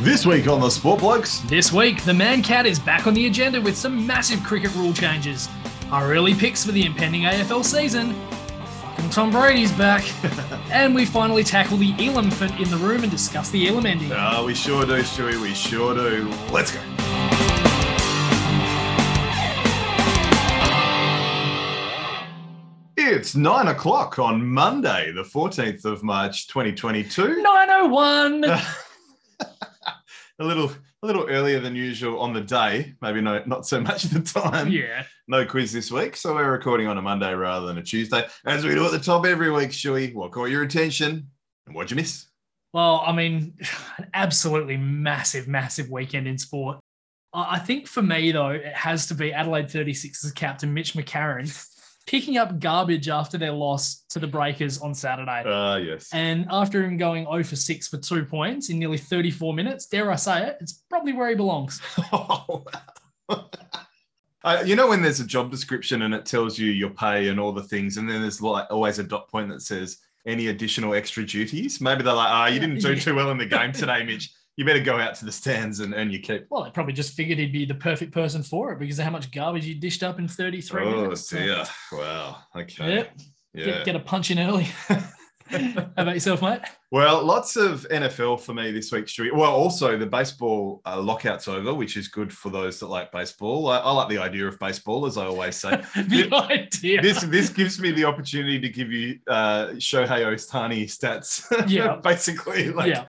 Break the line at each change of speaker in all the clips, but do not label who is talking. This week on the Sport Blokes,
This week, the Man Cat is back on the agenda with some massive cricket rule changes, our early picks for the impending AFL season, fucking Tom Brady's back, and we finally tackle the Elamphant in the room and discuss the Elam ending.
ah, we sure do, Stewie. We sure do. Let's go. It's nine o'clock on Monday, the 14th of March, 2022.
901!
a little a little earlier than usual on the day, maybe no, not so much the time.
yeah.
No quiz this week, so we're recording on a Monday rather than a Tuesday. As we do at the top every week, Shuey, what caught your attention and what'd you miss?
Well, I mean, an absolutely massive, massive weekend in sport. I I think for me, though, it has to be Adelaide 36's captain Mitch McCarron picking up garbage after their loss to the Breakers on Saturday.
Ah, yes.
And after him going 0 for 6 for two points in nearly 34 minutes, dare I say it, it's probably where he belongs.
Uh, Oh, you know when there's a job description and it tells you your pay and all the things, and then there's like always a dot point that says any additional extra duties. Maybe they're like, "Ah, you didn't do
Yeah.
too well in the game today, Mitch. You better go out to the stands and earn your keep."
Well, they probably just figured he'd be the perfect person for it because of how much garbage he dished up in 33
Oh
minutes. So,
dear! Wow. Okay.
Yep.
Yeah.
Get, get a punch in early. how about yourself, mate?
Well, lots of NFL for me this week, Stewie. Well, also the baseball uh, lockout's over, which is good for those that like baseball. I, I like the idea of baseball, as I always say.
the idea.
this this gives me the opportunity to give you uh, Shohei Ostani stats.
Yeah.
basically. Like,
yeah.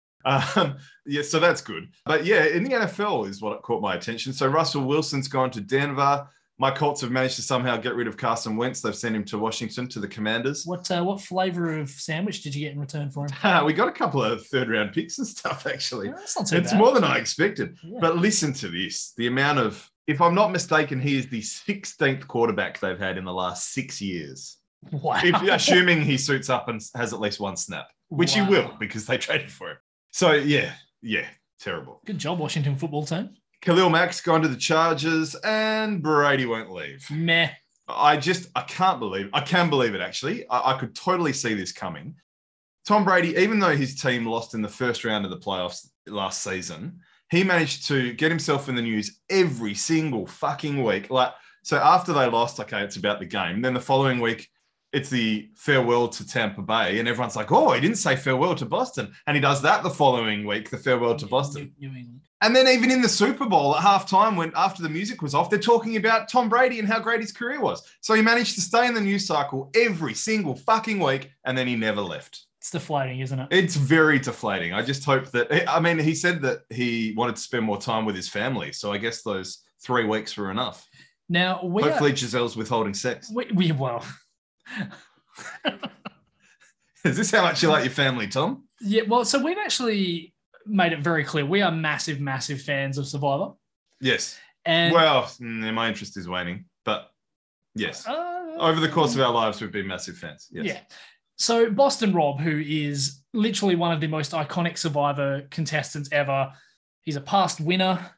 um, yeah, so that's good. But yeah, in the NFL is what caught my attention. So Russell Wilson's gone to Denver. My Colts have managed to somehow get rid of Carson Wentz. They've sent him to Washington to the Commanders.
What uh, what flavor of sandwich did you get in return for him?
we got a couple of third round picks and stuff, actually.
Yeah, that's not too
It's
bad.
more than I expected.
Yeah.
But listen to this the amount of, if I'm not mistaken, he is the 16th quarterback they've had in the last six years.
wow.
if, assuming he suits up and has at least one snap, which
Wow.
he will because they traded for him. So yeah, yeah, terrible.
Good job, Washington football team.
Khalil Mack's gone to the Chargers, and Brady won't leave.
Meh.
I just I can't believe I can believe it actually. I, I could totally see this coming. Tom Brady, even though his team lost in the first round of the playoffs last season, he managed to get himself in the news every single fucking week. Like so after they lost, okay, it's about the game. Then the following week, it's the farewell to Tampa Bay, and everyone's like, "Oh, he didn't say farewell to Boston," and he does that the following week, the farewell to
New-
Boston.
New, New England.
And then even in the Super Bowl at halftime, when after the music was off, they're talking about Tom Brady and how great his career was. So he managed to stay in the news cycle every single fucking week, and then he never left.
It's deflating, isn't it?
It's very deflating. I just hope that I mean he said that he wanted to spend more time with his family, so I guess those three weeks were enough.
Now we are-
Hopefully, Giselle's withholding sex.
we, we well,
Is this how much you like your family, Tom?
Yeah, well, so we've actually made it very clear we are massive, massive fans of Survivor,
Yes.
and
well, mm, my interest is waning, but yes,
uh,
over the course of our lives, we've been massive fans. Yes.
yeah. So Boston Rob, who is literally one of the most iconic Survivor contestants ever, he's a past winner.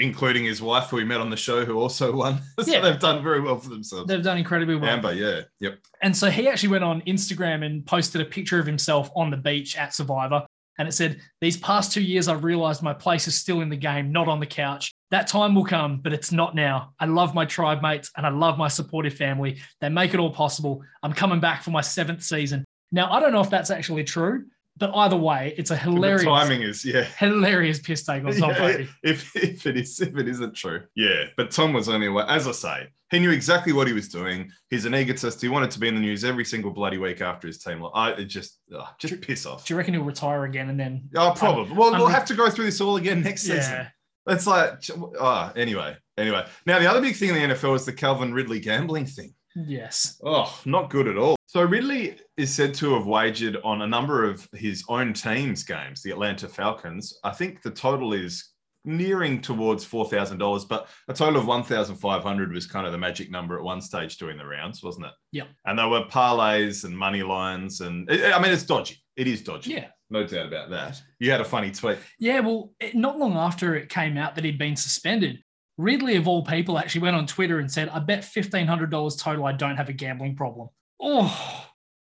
including his wife who we met on the show who also won. so
Yeah.
they've done very well for themselves.
They've done incredibly well,
Amber, yeah. Yep.
and so he actually went on Instagram and posted a picture of himself on the beach at Survivor. And it said, These past two years, I've realized my place is still in the game, not on the couch. That time will come, but it's not now. I love my tribe mates and I love my supportive family. They make it all possible. I'm coming back for my seventh season. Now, I don't know if that's actually true, but either way, it's a hilarious,
The timing is, yeah.
hilarious piss take on Tom
Yeah,
Brady.
If, if it is if it isn't true. Yeah. But Tom was only aware, as I say, he knew exactly what he was doing. He's an egotist. He wanted to be in the news every single bloody week after his team. I it just oh, just piss off.
Do you reckon he'll retire again and then?
Oh, probably. Well,
I'm-
we'll have to go through this all again next season.
Um, Yeah.
It's like, ah, anyway, anyway. Now, the other big thing in the NFL is the Calvin Ridley gambling thing.
Yes.
Oh, not good at all. So Ridley is said to have wagered on a number of his own team's games, the Atlanta Falcons. I think the total is nearing towards four thousand dollars, but a total of one thousand five hundred was kind of the magic number at one stage during the rounds, wasn't it?
Yeah.
And there were parlays and money lines, and I mean, it's dodgy. It is dodgy.
Yeah.
No doubt about that. You had a funny tweet.
Yeah, well, it, not long after it came out that he'd been suspended, Ridley, of all people, actually went on Twitter and said, I bet $1,500 total I don't have a gambling problem. Oh,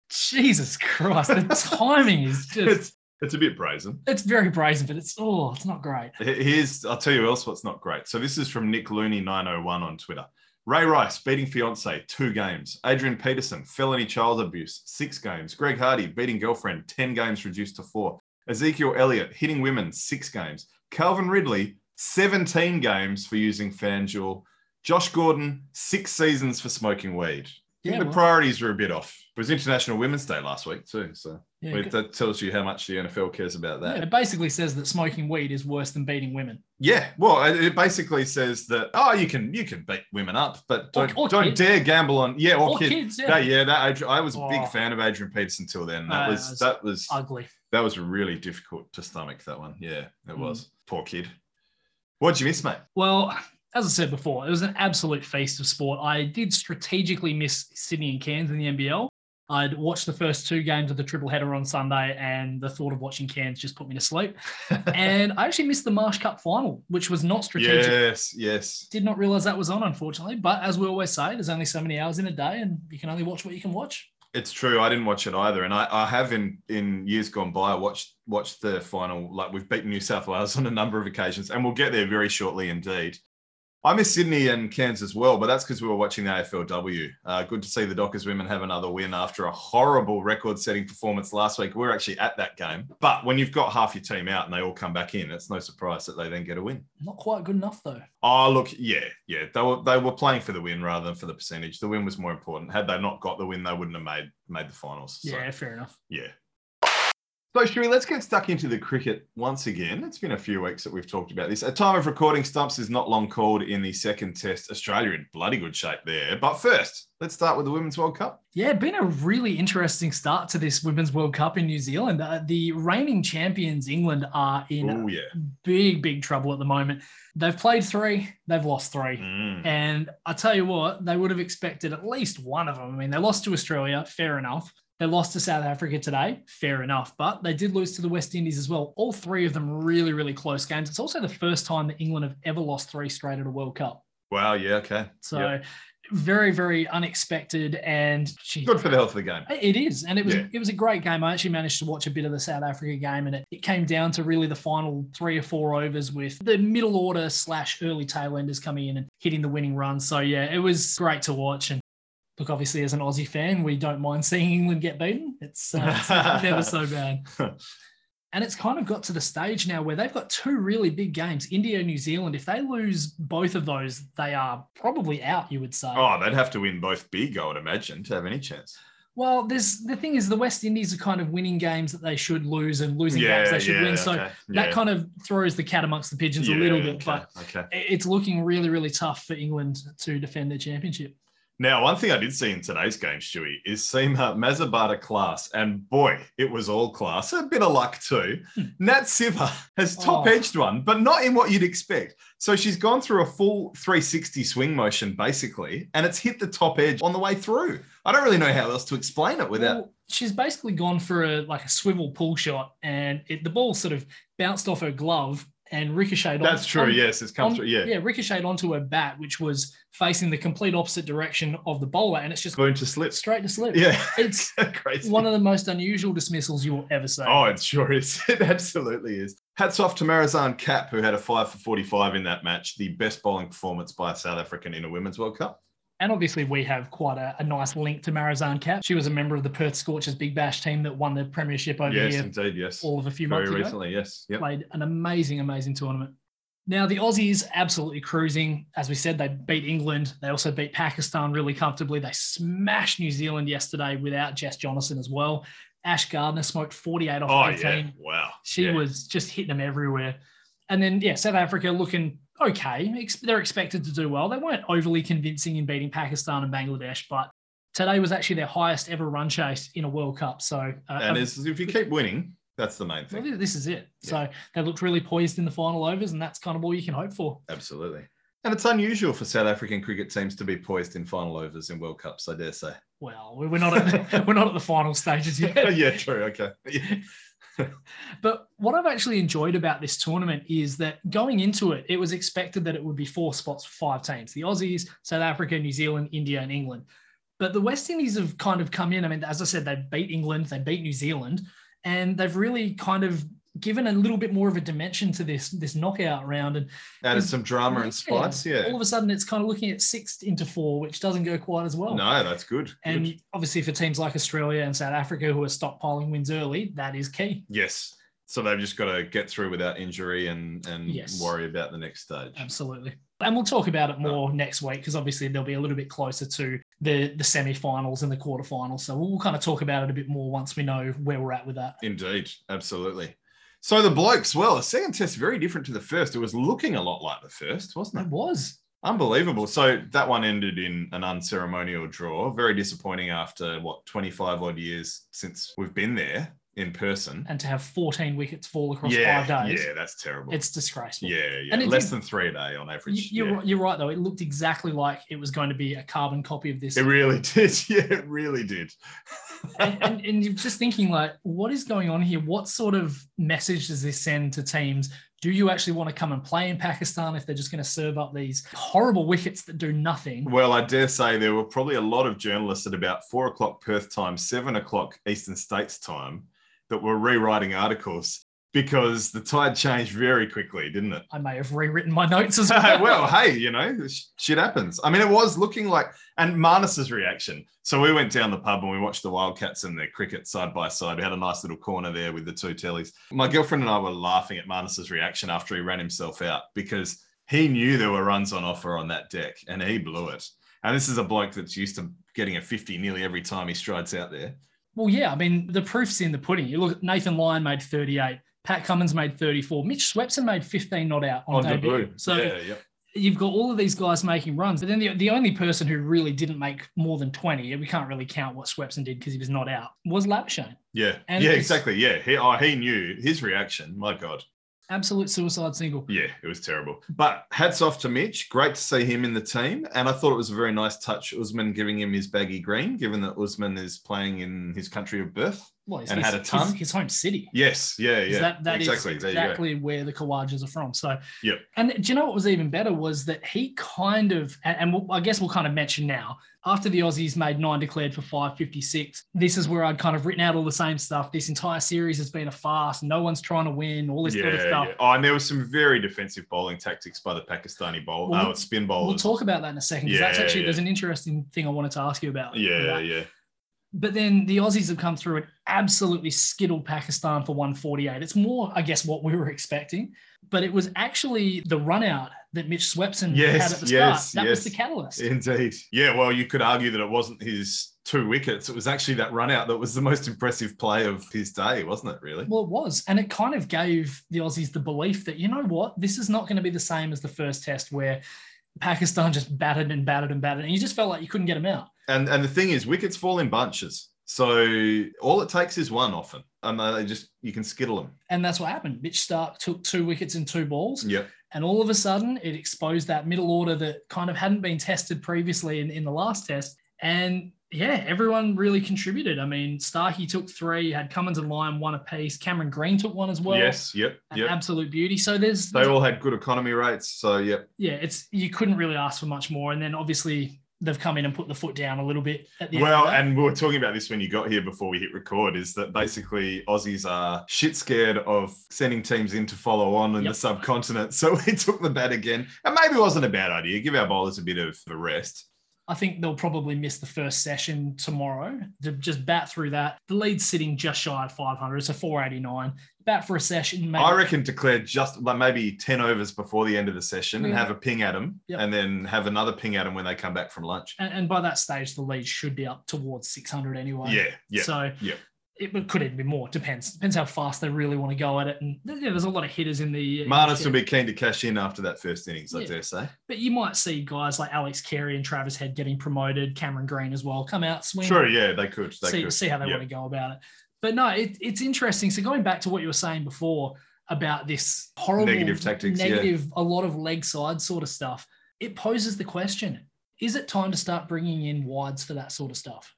Jesus Christ. The timing is just.
It's It's a bit brazen.
It's very brazen, but it's oh, it's not great.
Here's, I'll tell you else what's not great. So this is from Nick Looney 901 on Twitter. Ray Rice beating fiance two games. Adrian Peterson felony child abuse six games. Greg Hardy beating girlfriend ten games reduced to four. Ezekiel Elliott hitting women six games. Calvin Ridley 17 games for using FanDuel. Josh Gordon six seasons for smoking weed. I think
Yeah,
the
well,
priorities were a bit off. It was International Women's Day last week too, so
yeah,
but
good.
that tells you how much the NFL cares about that.
Yeah, it basically says that smoking weed is worse than beating women.
Yeah, well, it it basically says that oh, you can you can beat women up, but
Or-
don't
or
don't
kids.
dare gamble on yeah or,
Or
kids.
kids,
Yeah,
yeah.
yeah, that Adri- I was a
Oh.
big fan of Adrian Peterson until then. That
Uh,
was
it's-
that was
Ugly.
that was really difficult to stomach. That one, yeah, it
Mm.
was. Poor kid. What'd you miss, mate?
Well, as I said before, it was an absolute feast of sport. I did strategically miss Sydney and Cairns in the NBL. I'd watched the first two games of the triple header on Sunday, and the thought of watching Cairns just put me to sleep. and I actually missed the Marsh Cup final, which was not strategic.
Yes, yes.
Did not realize that was on, unfortunately. But as we always say, there's only so many hours in a day, and you can only watch what you can watch.
It's true. I didn't watch it either, and I, I have in in years gone by watched watched the final. Like we've beaten New South Wales on a number of occasions, and we'll get there very shortly indeed. I miss Sydney and Cairns as well, but that's because we were watching the AFLW. Uh, good to see the Dockers women have another win after a horrible record-setting performance last week. We were actually at that game, but when you've got half your team out and they all come back in, it's no surprise that they then get a win.
Not quite good enough, though.
Oh, look, yeah, yeah. They were they were playing for the win rather than for the percentage. The win was more important. Had they not got the win, they wouldn't have made made the finals. So,
Yeah, fair enough.
yeah. So, Stewie, let's get stuck into the cricket once again. It's been a few weeks that we've talked about this. At time of recording, Stumps is not long called in the second test. Australia in bloody good shape there. But first, let's start with the Women's World Cup.
Yeah, been a really interesting start to this Women's World Cup in New Zealand. Uh, the reigning champions, England, are in
Oh, yeah.
big, big trouble at the moment. They've played three, they've lost three.
Mm.
And I tell you what, they would have expected at least one of them. I mean, they lost to Australia, fair enough. They lost to South Africa today, fair enough. But they did lose to the West Indies as well. All three of them really, really close games. It's also the first time that England have ever lost three straight at a World Cup.
Wow, yeah, okay.
So
Yeah.
very, very unexpected. And gee,
Good for the health of the game.
it is, and it was
Yeah.
it was a great game. I actually managed to watch a bit of the South Africa game, and it, it came down to really the final three or four overs with the middle order slash early tailenders coming in and hitting the winning run. So yeah, it was great to watch. And look, obviously as an Aussie fan, we don't mind seeing England get beaten. It's, uh, it's never so bad. And it's kind of got to the stage now where they've got two really big games, India and New Zealand. If they lose both of those, they are probably out. You would say.
Oh, they'd have to win both big, I would imagine, to have any chance.
Well, there's the thing is the West Indies are kind of winning games that they should lose and losing games they should win. So
okay,
that
yeah.
kind of throws the cat amongst the pigeons a little bit,
okay,
but
okay.
it- it's looking really, really tough for England to defend their championship.
Now, one thing I did see in today's game, Stewie, is Seema Mazabata class, and boy, it was all class. A bit of luck too. Nat Siva has
Hmm. Oh.
top edged one, but not in what you'd expect. So she's gone through a full 360 swing motion basically, and it's hit the top edge on the way through. I don't really know how else to explain it without.
Well, she's basically gone for a like a swivel pull shot, and it, the ball sort of bounced off her glove and ricocheted. on-
That's true.
on-
yes, it's come
on-
through. Yeah.
yeah, ricocheted onto her bat, which was facing the complete opposite direction of the bowler, and it's just
Boom to slip.
straight to slip.
Yeah.
It's
Crazy.
one of the most unusual dismissals you will ever see.
Oh, it sure is. It absolutely is. Hats off to Marizan Cap, who had a five for 45 in that match, the best bowling performance by a South African in a Women's World Cup.
And obviously, we have quite a, a nice link to Marizan Cap. She was a member of the Perth Scorchers Big Bash team that won the premiership over
yes,
here
indeed. Yes.
all of a few
Very
months ago.
recently. Yes. Yep.
Played an amazing, amazing tournament. Now, the Aussies absolutely cruising. As we said, they beat England. They also beat Pakistan really comfortably. They smashed New Zealand yesterday without Jess Jonathan as well. Ash Gardner smoked 48 off
Oh,
18.
yeah. Wow.
She
Yeah.
was just hitting them everywhere. And then, yeah, South Africa looking okay. Ex- They're expected to do well. They weren't overly convincing in beating Pakistan and Bangladesh, but today was actually their highest ever run chase in a World Cup. So, uh,
And
uh,
it's, if you keep winning, that's the main
well,
thing.
thi- this is it. So they looked really poised in the final overs, and that's kind of all you can hope for.
Absolutely. And it's unusual for South African cricket teams to be poised in final overs in World Cups, I dare say.
Well, we- we're not at, we're not at the final stages yet.
yeah, true. Okay. Yeah.
But what I've actually enjoyed about this tournament is that going into it, it was expected that it would be four spots for five teams the Aussies, South Africa, New Zealand, India, and England. But the West Indies have kind of come in. I mean, as I said, they beat England, they beat New Zealand, and they've really kind of given a little bit more of a dimension to this this knockout round. And
Added
Is-
some drama and spice. Yeah.
all of a sudden, it's kind of looking at six into four, which doesn't go quite as well.
No, that's good.
And
Good.
obviously, for teams like Australia and South Africa who are stockpiling wins early, that is key.
yes. So they've just got to get through without injury and and
Yes.
worry about the next stage.
Absolutely. And we'll talk about it more next week because obviously they'll be a little bit closer to the the semi-finals and the quarterfinals. So we'll, kind of talk about it a bit more once we know where we're at with that.
Indeed, absolutely. So the blokes, well, the second test very different to the first. It was looking a lot like the first, wasn't
That
it?
was
Unbelievable. So that one ended in an unceremonial draw. Very disappointing after what 25 odd years since we've been there in person.
and to have 14 wickets fall across
yeah,
five days,
yeah, that's terrible.
it's disgraceful.
yeah, yeah,
and it
less
did-
than three a day on
You-
average.
You're,
yeah.
right- you're right though. It looked exactly like it was going to be a carbon copy of this.
It really did. Yeah, it really did.
and, and, and you're just thinking like what is going on here what sort of message does this send to teams do you actually want to come and play in pakistan if they're just going to serve up these horrible wickets that do nothing
Well, I dare say there were probably a lot of journalists at about four o'clock Perth time, seven o'clock Eastern States time, that were rewriting articles because the tide changed very quickly, didn't it?
i may have rewritten my notes as well,
Uh, well, hey, you know, sh- shit happens. I mean, it was looking like, and Marnus's reaction. So we went down the pub and we watched the Wildcats and their cricket side by side. We had a nice little corner there with the two tellies. My girlfriend and I were laughing at Marnus's reaction after he ran himself out because he knew there were runs on offer on that deck and he blew it. And this is a bloke that's used to getting a 50 nearly every time he strides out there.
well yeah i mean the proof's in the pudding you look nathan lyon made 38 pat cummins made 34 mitch swepson made 15 not out on, debut so
yeah, yeah.
you've got all of these guys making runs, but then the, the only person who really didn't make more than 20, and we can't really count what Swepson did because he was not out, was Lapshane.
Yeah,
And
yeah,
it's-
exactly. Yeah, he, oh, he knew his reaction. My God.
Absolute suicide single.
Yeah, it was terrible. But hats off to Mitch. Great to see him in the team. And I thought it was a very nice touch, Usman giving him his baggy green, given that Usman is playing in his country of birth.
well, it's
and
his,
had a ton.
His, his home city.
Yes, yeah,
'Cause
yeah.
That, that is
exactly. There you go.
exactly where the Kawajas are from. So,
Yep.
And do you know what was even better was that he kind of, and, and we'll, I guess we'll kind of mention now, after the Aussies made nine declared for 556, this is where I'd kind of written out all the same stuff. This entire series has been a farce. No one's trying to win, all this
Yeah,
sort of stuff.
yeah. Oh, and there was some very defensive bowling tactics by the Pakistani bowl,
Well,
uh, spin
We'll
bowlers.
talk about that in a second because that's
Yeah,
actually
yeah.
there's an interesting thing I wanted to ask you about. with
yeah,
that.
yeah.
But then the Aussies have come through and absolutely skittled Pakistan for 148. It's more, I guess, what we were expecting. But it was actually the run out that Mitch Swepson
Yes,
had at the
yes,
start. That
yes.
was the catalyst.
Indeed. Yeah, well, you could argue that it wasn't his two wickets. It was actually that run out that was the most impressive play of his day, wasn't it, really?
Well, it was. And it kind of gave the Aussies the belief that, you know what, this is not going to be the same as the first test where Pakistan just battered and battered and battered. And you just felt like you couldn't get them out.
And and the thing is, wickets fall in bunches. So all it takes is one often, and they just you can skittle them.
And that's what happened. Mitch Stark took two wickets in two balls.
Yep.
And all of a sudden, it exposed that middle order that kind of hadn't been tested previously in, in the last test. And yeah, everyone really contributed. I mean, Starkey took three, had Cummins and Lyon one apiece. Cameron Green took one as well.
yes. Yep.
An
Yep.
absolute beauty. So there's,
They all had good economy rates. So yep.
yeah, it's you couldn't really ask for much more. And then obviously they've come in and put the foot down a little bit at the
well,
end.
and we were talking about this when you got here before we hit record. Is that basically Aussies are shit scared of sending teams in to follow on in
Yep.
the subcontinent. So we took the bat again, and maybe it wasn't a bad idea. Give our bowlers a bit of a rest.
I think they'll probably miss the first session tomorrow. To just bat through that. The lead's sitting just shy of 500, so 489. Bat for a session, maybe
I reckon declare just like maybe 10 overs before the end of the session and
Yeah.
have a ping at them
Yep.
and then have another ping at them when they come back from lunch.
and, and by that stage, the lead should be up towards 600 anyway.
Yeah, yeah.
So
yeah.
it it could even be more. Depends. Depends how fast they really want to go at it. And th- yeah, there's a lot of hitters in the.
Marnus will be keen to cash in after that first innings, I
Yeah.
dare say.
But you might see guys like Alex Carey and Travis Head getting promoted. Cameron Green as well come out swing.
True, yeah, they could. They
see,
could.
see how they
Yeah.
want to go about it. But no, it, it's interesting. So going back to what you were saying before about this horrible
Negative tactics, yeah.
negative, a lot of leg side sort of stuff, it poses the question: Is it time to start bringing in wides for that sort of stuff?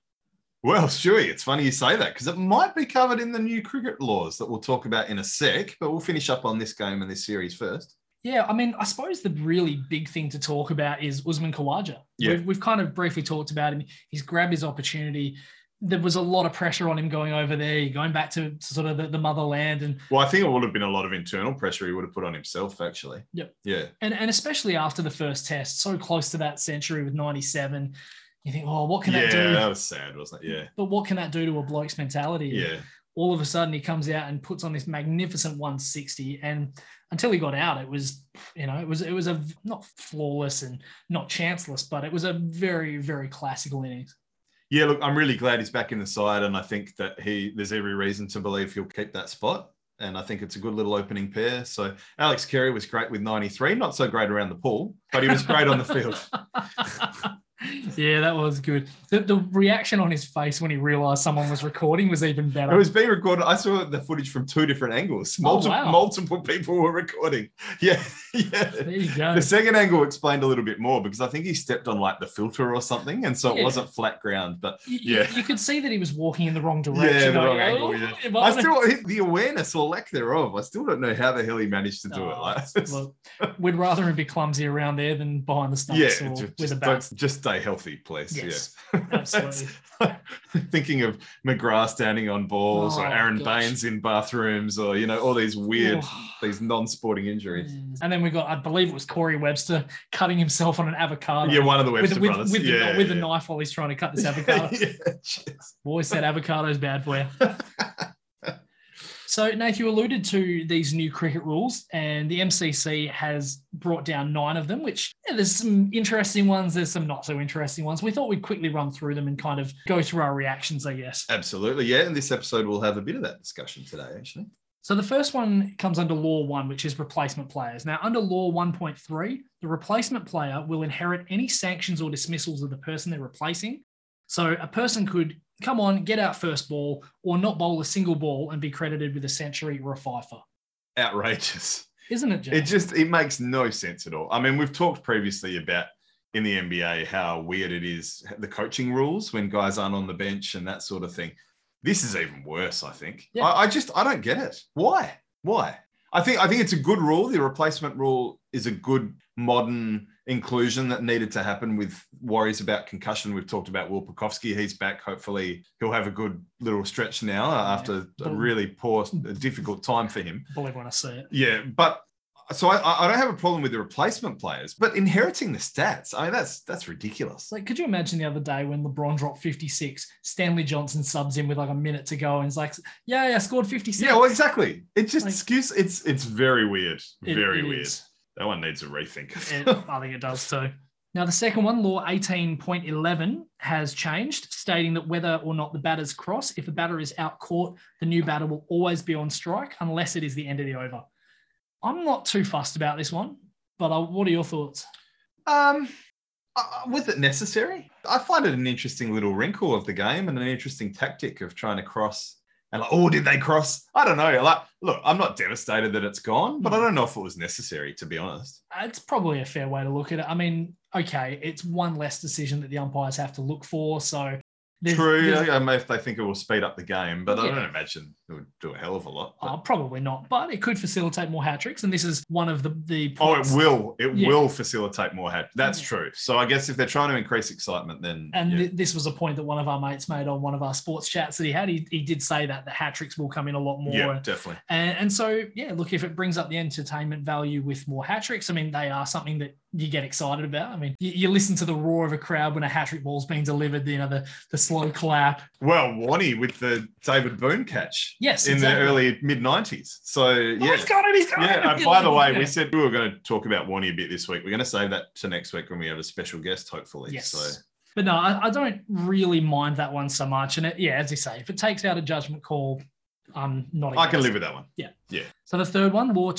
Well, Stewie, it's funny you say that because it might be covered in the new cricket laws that we'll talk about in a sec, but we'll finish up on this game and this series first.
Yeah, I mean, I suppose the really big thing to talk about is Usman Khawaja.
Yeah.
We've, we've kind of briefly talked about him. He's grabbed his opportunity. there was a lot of pressure on him going over there, going back to sort of the, the motherland, and
Well, I think it would have been a lot of internal pressure he would have put on himself, actually.
Yep.
Yeah.
and and especially after the first test, so close to that century with ninety seven, you think, oh, what can
yeah,
that do?
that was sad, wasn't it? Yeah.
But what can that do to a bloke's mentality?
Yeah.
all of a sudden he comes out and puts on this magnificent 160 and until he got out it was you know it was it was a not flawless and not chanceless but it was a very very classical innings
Yeah, look, I'm really glad he's back in the side, and I think that he there's every reason to believe he'll keep that spot. And I think it's a good little opening pair. So Alex Carey was great with 93, not so great around the pool, but he was great on the field.
yeah that was good the, the reaction on his face when he realized someone was recording was even
It
better
was being recorded. I saw the footage from two different angles.
Oh,
Multiple,
wow.
multiple people were recording. Yeah, yeah.
there you go
The second angle explained a little bit more because I think he stepped on like the filter or something, and so it
Yeah.
wasn't flat ground. But
You- you,
yeah.
you could see that he was walking in the wrong
the
direction
wrong
Like,
angle,
"Oh,
yeah."
am
I
gonna
still the awareness or lack thereof. I still don't know how the hell he managed to do it.
Oh,
Like,
Look, we'd rather him be clumsy around there than behind the stumps
yeah,
or
just,
with a
just,
bat.
don't- just stay healthy, please.
Yes,
yeah.
absolutely.
Thinking of McGrath standing on balls or
Oh,
Aaron
gosh.
Baines in bathrooms or, you know, all these weird,
Oh.
these non sporting injuries.
And then we got, I believe it was Corey Webster cutting himself on an avocado.
Yeah, one of the Webster
Oh, with, with,
brothers.
with,
yeah,
the, with the
yeah.
knife while he's trying to cut this avocado.
Yeah, jeez.
Always said avocado's bad for you. so, Nath, you alluded to these new cricket rules, and the MCC has brought down nine of them, which yeah, there's some interesting ones, there's some not so interesting ones. We thought we'd quickly run through them and kind of go through our reactions, I guess.
Absolutely. Yeah. And this episode, we'll have a bit of that discussion today, actually.
So the first one comes under Law 1, which is replacement players. Now, under Law 1.3, the replacement player will inherit any sanctions or dismissals of the person they're replacing. So a person could come on, get out first ball, or not bowl a single ball and be credited with a century or a fifer.
Outrageous.
Isn't it, Jack?
It just it makes no sense at all. I mean, we've talked previously about in the NBA how weird it is the coaching rules when guys aren't on the bench and that sort of thing. This is even worse, I think.
Yeah.
I, I just I don't get it. Why? Why? I think I think it's a good rule. The replacement rule is a good modern inclusion that needed to happen with worries about concussion. We've talked about Will Pukowski. He's back. Hopefully he'll have a good little stretch now after a
But-
really poor, difficult time for him.
Believe when I see it.
Yeah, but so I- I, I don't have a problem with the replacement players, but inheriting the stats, I mean, that's that's ridiculous.
It's like, could you imagine the other day when LeBron dropped 56, Stanley Johnson subs in with like a minute to go and is like, yeah, I scored 56.
yeah, well, exactly. It just
Like-
excuse. It's it's very weird.
It-
very
it
weird.
is.
That one needs a rethink.
It- I think it does too. Now, the second one, law 18.11, has changed, stating that whether or not the batter's cross, if a batter is out caught, the new batter will always be on strike unless it is the end of the over. I'm not too fussed about this one, but I, what are your thoughts?
um, uh, was it necessary? I find it an interesting little wrinkle of the game and an interesting tactic of trying to cross. And like, oh, did they cross? I don't know. Like, look, I'm not devastated that it's gone,
Mm.
but I don't know if it was necessary, to be honest.
It's probably a fair way to look at it. I mean, okay, it's one less decision that the umpires have to look for. So there's-
True.
there's-
I don't know if they think it will speed up the game, but I
Yeah.
don't imagine it would do a hell of a lot. but-
uh, probably not, but it could facilitate more hat tricks. And this is one of the, the
oh, it
points.
will. It
Yeah.
will facilitate more head. That's
Yeah.
true. So I guess if they're trying to increase excitement, then
And
yeah.
th- this was a point that one of our mates made on one of our sports chats that he had. He, he did say that the hat tricks will come in a lot more.
yeah, definitely.
And, and so, yeah, look, if it brings up the entertainment value with more hat tricks, I mean, they are something that you get excited about. I mean, you, you listen to the roar of a crowd when a hat trick ball's being delivered, you know, the, the slow clap.
Well, Wani with the David Boone catch
Yes.
in
exactly.
the early mid '90s. So
Oh,
yeah.
he's got it. He's got it.
Yeah, and by the way,
Yeah.
we said we were going to talk about Wani a bit this week. We're going to save that to next week when we have a special guest, hopefully.
Yes. Oh
So
But no, I, I don't really mind that one so much. And it, yeah, as you say, if it takes out a judgment call, I'm not.
I can
against
live with that one.
So the third one, law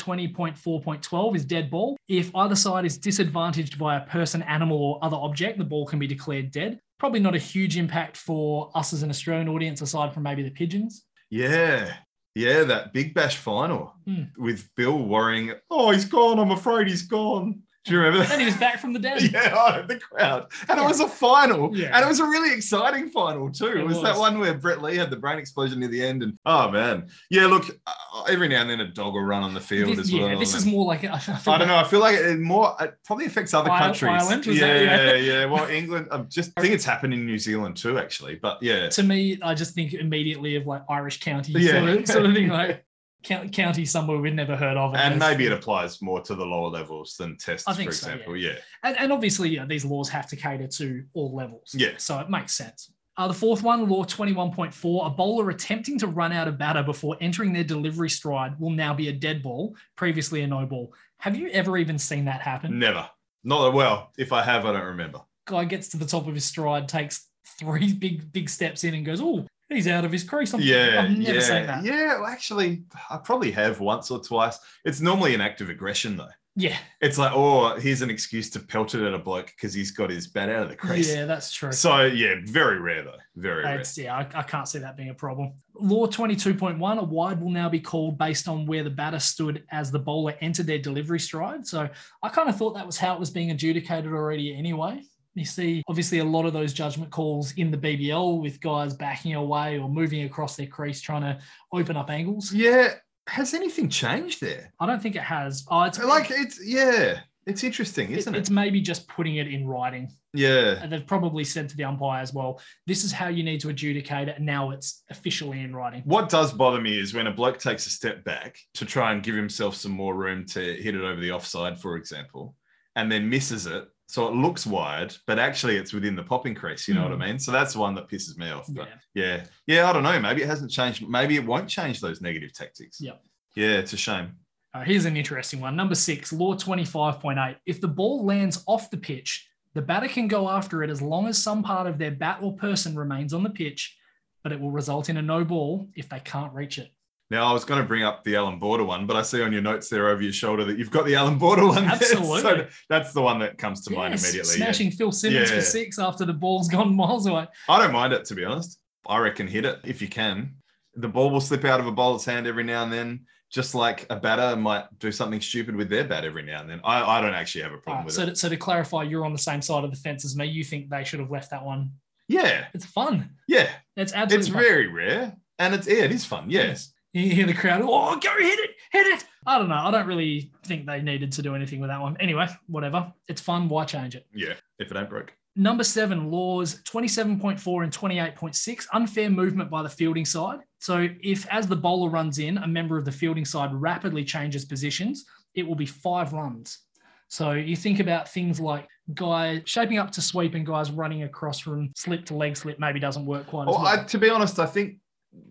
20.4.12 is dead ball. If either side is disadvantaged by a person, animal, or other object, the ball can be declared dead. Probably not a huge impact for us as an Australian audience, aside from maybe the pigeons.
Yeah. Yeah, that Big Bash final
Hmm.
with Bill worrying, oh, he's gone. I'm afraid he's gone. Do you remember
And
that?
he was back from the dead.
Yeah, out of the crowd. And it was a final.
Yeah.
And it was a really exciting final, too. It,
It
was, that
was.
one where Brett Lee had the brain explosion near the end. And oh, man. Yeah, look, uh, every now and then a dog will run on the field
This-
as
yeah,
well.
this
and-
is more like I,
I don't know. I feel like it more it probably affects other
Isle-
countries.
Ireland, was
yeah,
that-
yeah,
yeah.
yeah, Well, England. I just I think it's happened in New Zealand too, actually. But yeah,
To me, I just think immediately of like Irish county
Yeah.
sort, of, sort of thing, like count, county somewhere we'd never heard of.
and
there's-
maybe it applies more to the lower levels than tests,
I
for
think so,
example. yeah.
And, and obviously, you know, these laws have to cater to all levels.
Yeah.
So it makes sense. Uh, the fourth one, Law 21.4, a bowler attempting to run out of batter before entering their delivery stride will now be a dead ball, previously a no ball. Have you ever even seen that happen?
never. Not that well. If I have, I don't remember.
Guy gets to the top of his stride, takes three big, big steps in and goes, oh, he's out of his crease. I'm-
Yeah,
I've never
yeah,
seen that.
yeah. Well, actually, I probably have once or twice. It's normally an act of aggression, though.
Yeah.
It's like, oh, here's an excuse to pelt it at a bloke because he's got his bat out of the crease.
Yeah, that's true.
So yeah, very rare though. Very rare.
It's- yeah, I, I can't see that being a problem. Law 22.1 a wide will now be called based on where the batter stood as the bowler entered their delivery stride. So I kind of thought that was how it was being adjudicated already anyway. You see, obviously, a lot of those judgment calls in the BBL with guys backing away or moving across their crease trying to open up angles.
Yeah. Has anything changed there?
I don't think it has. Oh, it's
like it's yeah it's interesting
it-
isn't it,
it's maybe just putting it in writing.
yeah
And they've probably said to the umpire as well, this is how you need to adjudicate it. Now it's officially in writing.
what does bother me is when a bloke takes a step back to try and give himself some more room to hit it over the offside for example and then misses it so it looks wide but actually it's within the popping crease you know what i mean so that's the one that pisses me off
Yeah.
but yeah. yeah i don't know maybe it hasn't changed maybe it won't change those negative tactics
Yep.
yeah it's a shame
Uh, here's an interesting one. Number six, law 25.8. If the ball lands off the pitch, the batter can go after it as long as some part of their bat or person remains on the pitch, but it will result in a no ball if they can't reach it.
now I was going to bring up the Alan Border one, but I see on your notes there over your shoulder that you've got the Alan Border one. there. so
Absolutely.
that's the one that comes to mind
Yes,
immediately. yeah.
Smashing Phil Simmons
Yeah.
for six after the ball's gone miles away.
I don't mind it to be honest. I reckon hit it if you can. The ball will slip out of a bowler's hand every now and then, just like a batter might do something stupid with their bat every now and then. I, I don't actually have a problem
Uh,
with
so,
it.
to, so to clarify, you're on the same side of the fence as me. You think they should have left that one.
Yeah,
It's fun.
yeah.
It's absolutely
It's
fun. Mm.
very rare, and it's yeah, it is fun. Yes,
You hear the crowd, oh, go hit it, hit it. I don't know. I don't really think they needed to do anything with that one. Anyway, whatever. It's fun. Why change it?
yeah. If it ain't broke,
Number seven, laws 27.4 and 28.6, unfair movement by the fielding side. So, if as the bowler runs in, a member of the fielding side rapidly changes positions, it will be five runs. So, you think about things like guy shaping up to sweep and guys running across from slip to leg slip maybe doesn't work quite as
Well,
well.
Oh, I, to be honest, I think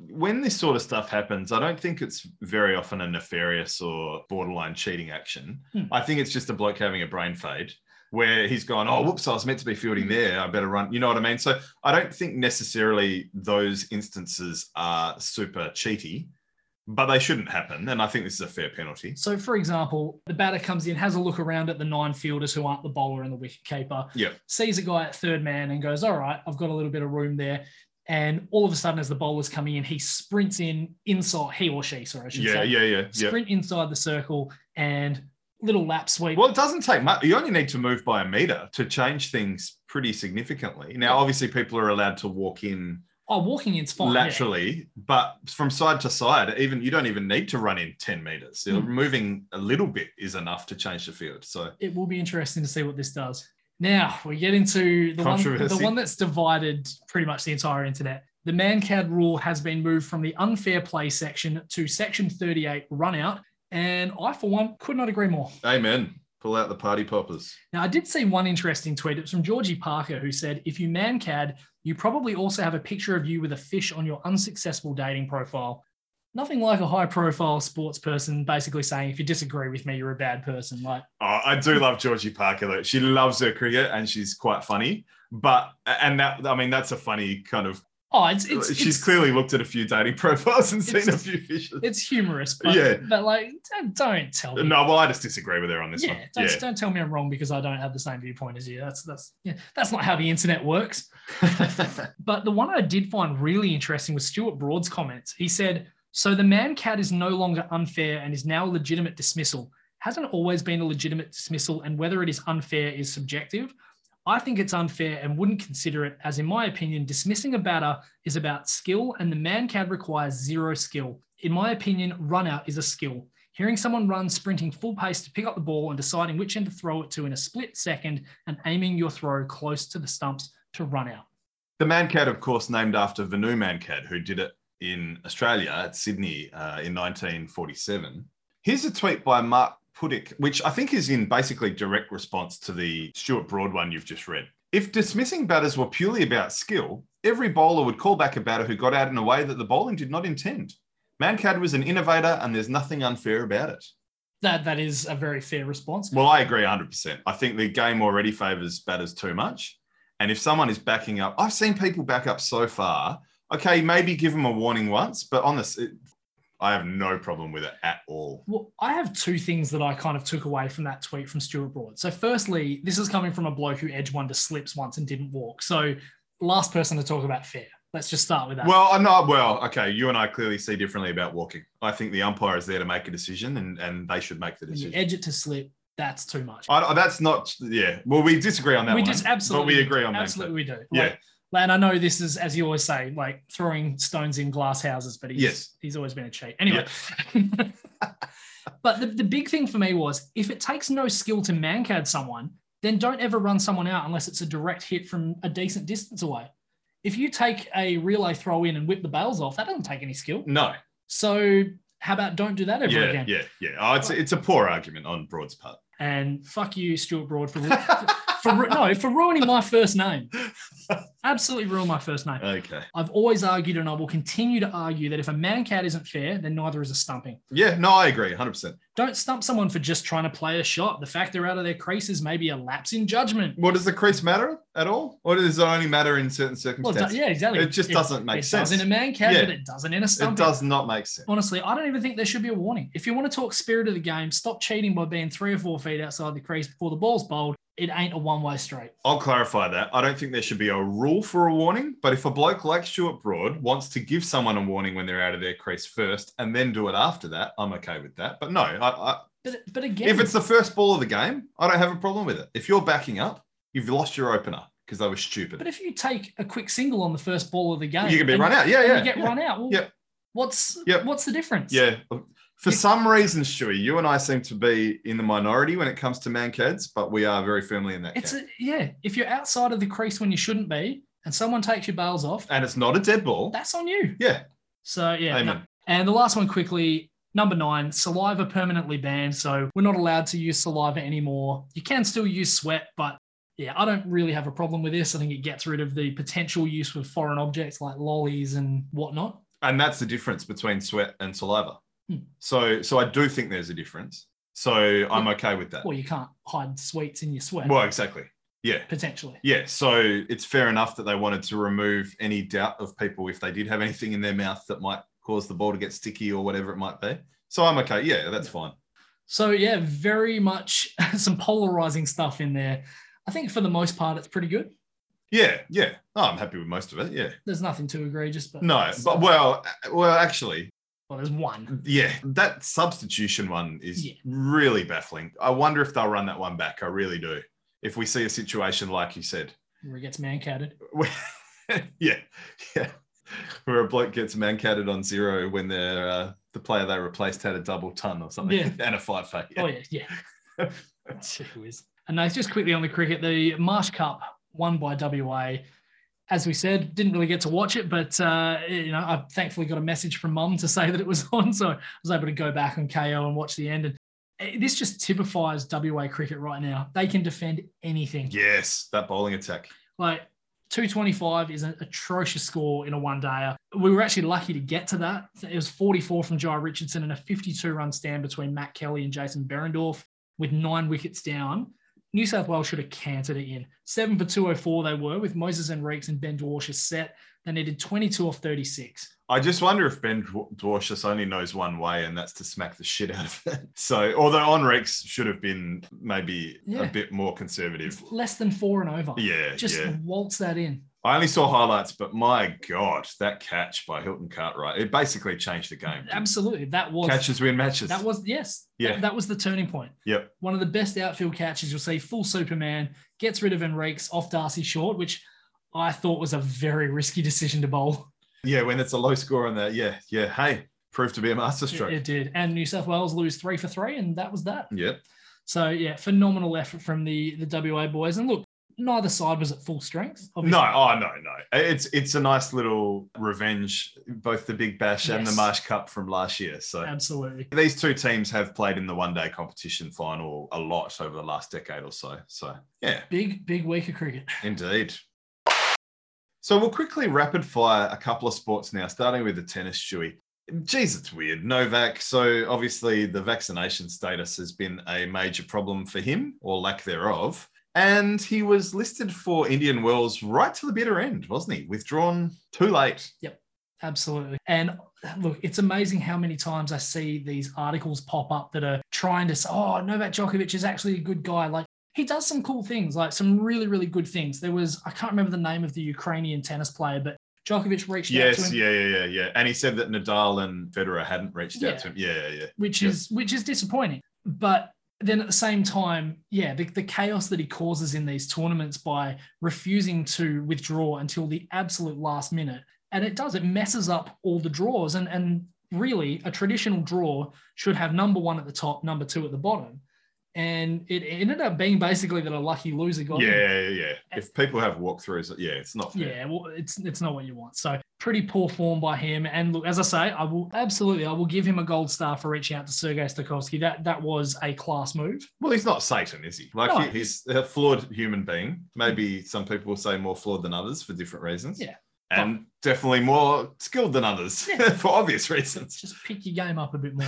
when this sort of stuff happens, I don't think it's very often a nefarious or borderline cheating action.
Hmm.
I think it's just a bloke having a brain fade where he's gone, oh, whoops, I was meant to be
Hmm.
fielding there. I better run. You know what I mean? So I don't think necessarily those instances are super cheaty, but they shouldn't happen. And I think this is a fair penalty.
So, for example, the batter comes in, has a look around at the nine fielders who aren't the bowler and the wicket keeper,
Yeah.
sees a guy at third man and goes, All right, I've got a little bit of room there. And all of a sudden, as the bowler's coming in, he sprints in inside, he or she, sorry, I should
Yeah,
say,
yeah, yeah, yeah.
sprint inside the circle and little lap sweep.
Well, it doesn't take much. You only need to move by a meter to change things pretty significantly. Now, obviously, people are allowed to walk in
Oh, walking in's fine. yeah.
laterally, but from side to side, even you don't even need to run in 10 meters. You're
Mm.
Moving a little bit is enough to change the field. So
It will be interesting to see what this does. Now we get into the one, the
Controversy.
one that's divided pretty much the entire internet. The ManCAD rule has been moved from the unfair play section to section 38 run out. And I, for one, could not agree more.
amen. Pull out the party poppers.
Now, I did see one interesting tweet. It's from Georgie Parker, who said, If you man cad, you probably also have a picture of you with a fish on your unsuccessful dating profile. Nothing like a high profile sports person basically saying, If you disagree with me, you're a bad person. Like,
Oh, I do love Georgie Parker though. She loves her cricket and she's quite funny. But and that I mean that's a funny kind of
oh, it's, it's,
she's
it's,
clearly looked at a few dating profiles and
It's-
seen a few fishes.
it's humorous, but,
Yeah.
but like, don't, don't tell me.
No, well, I just disagree with her on this
yeah,
one.
don't, don't tell me I'm wrong because I don't have the same viewpoint as you. That's that's yeah, that's not how the internet works.
Yeah.
But the one I did find really interesting was Stuart Broad's comments. He said, So the man cat is no longer unfair and is now a legitimate dismissal. hasn't always been a legitimate dismissal, and whether it is unfair is subjective. I think it's unfair and wouldn't consider it, as in my opinion, dismissing a batter is about skill, and the man cad requires zero skill. In my opinion, run out is a skill. Hearing someone run sprinting full pace to pick up the ball and deciding which end to throw it to in a split second and aiming your throw close to the stumps to run out.
The Mancat, of course, named after Venu Mancat, who did it in Australia at Sydney uh, in 1947. Here's a tweet by Mark Pudick, which I think is in basically direct response to the Stuart Broad one you've just read. If dismissing batters were purely about skill, every bowler would call back a batter who got out in a way that the bowling did not intend. Mancad was an innovator, and there's nothing unfair about it.
That that is a very fair response.
Well, I agree 100%. I think the game already favors batters too much. And if someone is backing up, I've seen people back up so far. Okay, maybe give them a warning once, but on this, it, I have no problem with it at all.
Well, I have two things that I kind of took away from that tweet from Stuart Broad. So, firstly, this is coming from a bloke who edge one to slips once and didn't walk. So, last person to talk about fair. Let's just start with that.
Well, I know. Well, okay. You and I clearly see differently about walking. I think the umpire is there to make a decision, and and they should make the
When you
decision.
edge it to slip, that's too much.
I, that's not. Yeah. Well, we disagree on that.
we
one,
just absolutely,
But we agree on that.
absolutely we do.
Yeah.
Like, and I know this is, as you always say, like throwing stones in glass houses, but he's,
Yes.
he's always been a cheat. Anyway, but the, the big thing for me was if it takes no skill to mancad someone, then don't ever run someone out unless it's a direct hit from a decent distance away. If you take a relay throw in and whip the bails off, that doesn't take any skill.
No.
So how about don't do that ever
Yeah.
again?
Yeah. Yeah. Oh, it's it's a poor argument on Broad's part.
And fuck you, Stuart Broad, for, for ru- no for ruining my first name. Absolutely ruin my first name.
okay.
I've always argued, and I will continue to argue that if a man cat isn't fair, then neither is a stumping.
Yeah. No, I agree. Hundred percent.
Don't stump someone for just trying to play a shot. The fact they're out of their crease is maybe a lapse in judgment.
Well, does the crease matter at all, or does it only matter in certain
Well, it do-
circumstances?
yeah, exactly.
It just doesn't make
it
sense.
does in a man cat,
Yeah.
but it doesn't in a
it
stumping.
does not make sense.
Honestly, I don't even think there should be a warning. If you want to talk spirit of the game, stop cheating by being three or four feet outside the crease before the ball's bowled. It ain't a one way street.
I'll clarify that. I don't think there should be a rule for a warning, but if a bloke like Stuart Broad wants to give someone a warning when they're out of their crease first and then do it after that, I'm okay with that. But no, I, I,
But but again,
if it's the first ball of the game, I don't have a problem with it. If you're backing up, you've lost your opener because they were stupid.
but if you take a quick single on the first ball of the game,
you can be
and-
run out. Yeah, yeah.
You get
yeah.
run out. Well,
Yep.
What's
Yep.
what's the difference?
Yeah. For some reason, Stewie, you and I seem to be in the minority when it comes to mancads, but we are very firmly in that
It's
camp.
a, yeah. If you're outside of the crease when you shouldn't be, and someone takes your bails off,
and it's not a dead ball.
that's on you.
Yeah.
So yeah.
Amen.
no. And the last one quickly. Number nine, saliva permanently banned. So we're not allowed to use saliva anymore. You can still use sweat, but yeah, I don't really have a problem with this. I think it gets rid of the potential use with foreign objects like lollies and whatnot.
and that's the difference between sweat and saliva.
Hmm.
So, so I do think there's a difference. So I'm okay with that.
Well, you can't hide sweets in your sweat.
Well, exactly. Yeah,
Potentially.
yeah. So it's fair enough that they wanted to remove any doubt of people if they did have anything in their mouth that might cause the ball to get sticky or whatever it might be. So I'm okay. Yeah, that's
Yeah.
fine.
So yeah, very much some polarizing stuff in there. I think for the most part, it's pretty good.
Yeah, yeah. Oh, I'm happy with most of it. Yeah.
There's nothing too egregious, but
No, but well, uh, well, actually,
well, there's one.
yeah, that substitution one is
Yeah.
really baffling. I wonder if they'll run that one back. I really do. If we see a situation like you said,
where it gets man-catted.
Where- yeah, yeah. Where a bloke gets mancatted on zero when they're, uh, the player they replaced had a double ton or something
Yeah.
and a five fake.
Oh yeah, yeah. Gee whiz. And that's just quickly on the cricket. The Marsh Cup won by WA. As we said, didn't really get to watch it, but uh, you know, I thankfully got a message from Mum to say that it was on, so I was able to go back on KO and watch the end. And eh, this just typifies WA cricket right now. They can defend anything.
Yes, that bowling attack.
Like 225 is an atrocious score in a one dayer. We were actually lucky to get to that. It was 44 from Jai Richardson and a 52 run stand between Matt Kelly and Jason Berendorf with nine wickets down. New South Wales should have canted it in. Seven for 204 they were with Moses Enriques and Ben Dwarsh as set. They needed 22 off 36.
I just wonder if Ben Dw- Dwarshus only knows one way, and that's to smack the shit out of it. So, although Onrex should have been maybe
Yeah.
a bit more conservative.
It's less than four and over.
Yeah,
Just
yeah.
waltz that in.
I only saw highlights, but my God, that catch by Hilton Cartwright, it basically changed the game.
Absolutely. That was
Catches win matches.
that was yes.
Yeah.
That, that was the turning point.
Yep.
One of the best outfield catches you'll see, full Superman, gets rid of Enrique's off Darcy Short, which I thought was a very risky decision to bowl.
yeah, when it's a low score on that. Yeah, yeah. Hey, proved to be a masterstroke.
It, it did. And New South Wales lose three for three, and that was that.
Yep.
So yeah, phenomenal effort from the the WA boys. And look, neither side was at full strength.
No, oh no, no. It's it's a nice little revenge, both the Big Bash and the
Yes.
Marsh Cup from last year. So
Absolutely.
these two teams have played in the one day competition final a lot over the last decade or so. So yeah,
Big, big week of cricket.
Indeed. So we'll quickly rapid fire a couple of sports now, starting with the tennis, Stewie. Jeez, it's weird. Novak. So obviously, the vaccination status has been a major problem for him, or lack thereof. And he was listed for Indian Wells right to the bitter end, wasn't he? Withdrawn too late.
Absolutely. And look, it's amazing how many times I see these articles pop up that are trying to say, oh, Novak Djokovic is actually a good guy. Like, he does some cool things, like some really, really good things. There was, I can't remember the name of the Ukrainian tennis player, but Djokovic reached out to
Yes,
him,
yeah, yeah, yeah, yeah. And he said that Nadal and Federer hadn't reached
Yeah.
out to him. Yeah, yeah, yeah.
which
Yep.
is which is disappointing. But then at the same time, yeah, the, the chaos that he causes in these tournaments by refusing to withdraw until the absolute last minute. And it does, it messes up all the draws. And and really a traditional draw should have number one at the top, number two at the bottom. And it ended up being basically that a lucky loser got him.
Yeah, yeah, yeah. If people have walkthroughs, yeah, it's not fair.
Yeah, well, it's it's not what you want. So pretty poor form by him. And look, as I say, I will absolutely, I will give him a gold star for reaching out to Sergei Stakovsky. That that was a class move.
Well, he's not Satan, is he? Like
No. Mm-hmm.
he, he's a flawed human being. Maybe some people will say more flawed than others for different reasons.
Yeah.
And definitely more skilled than others
Yeah.
for obvious reasons.
Just pick your game up a bit more.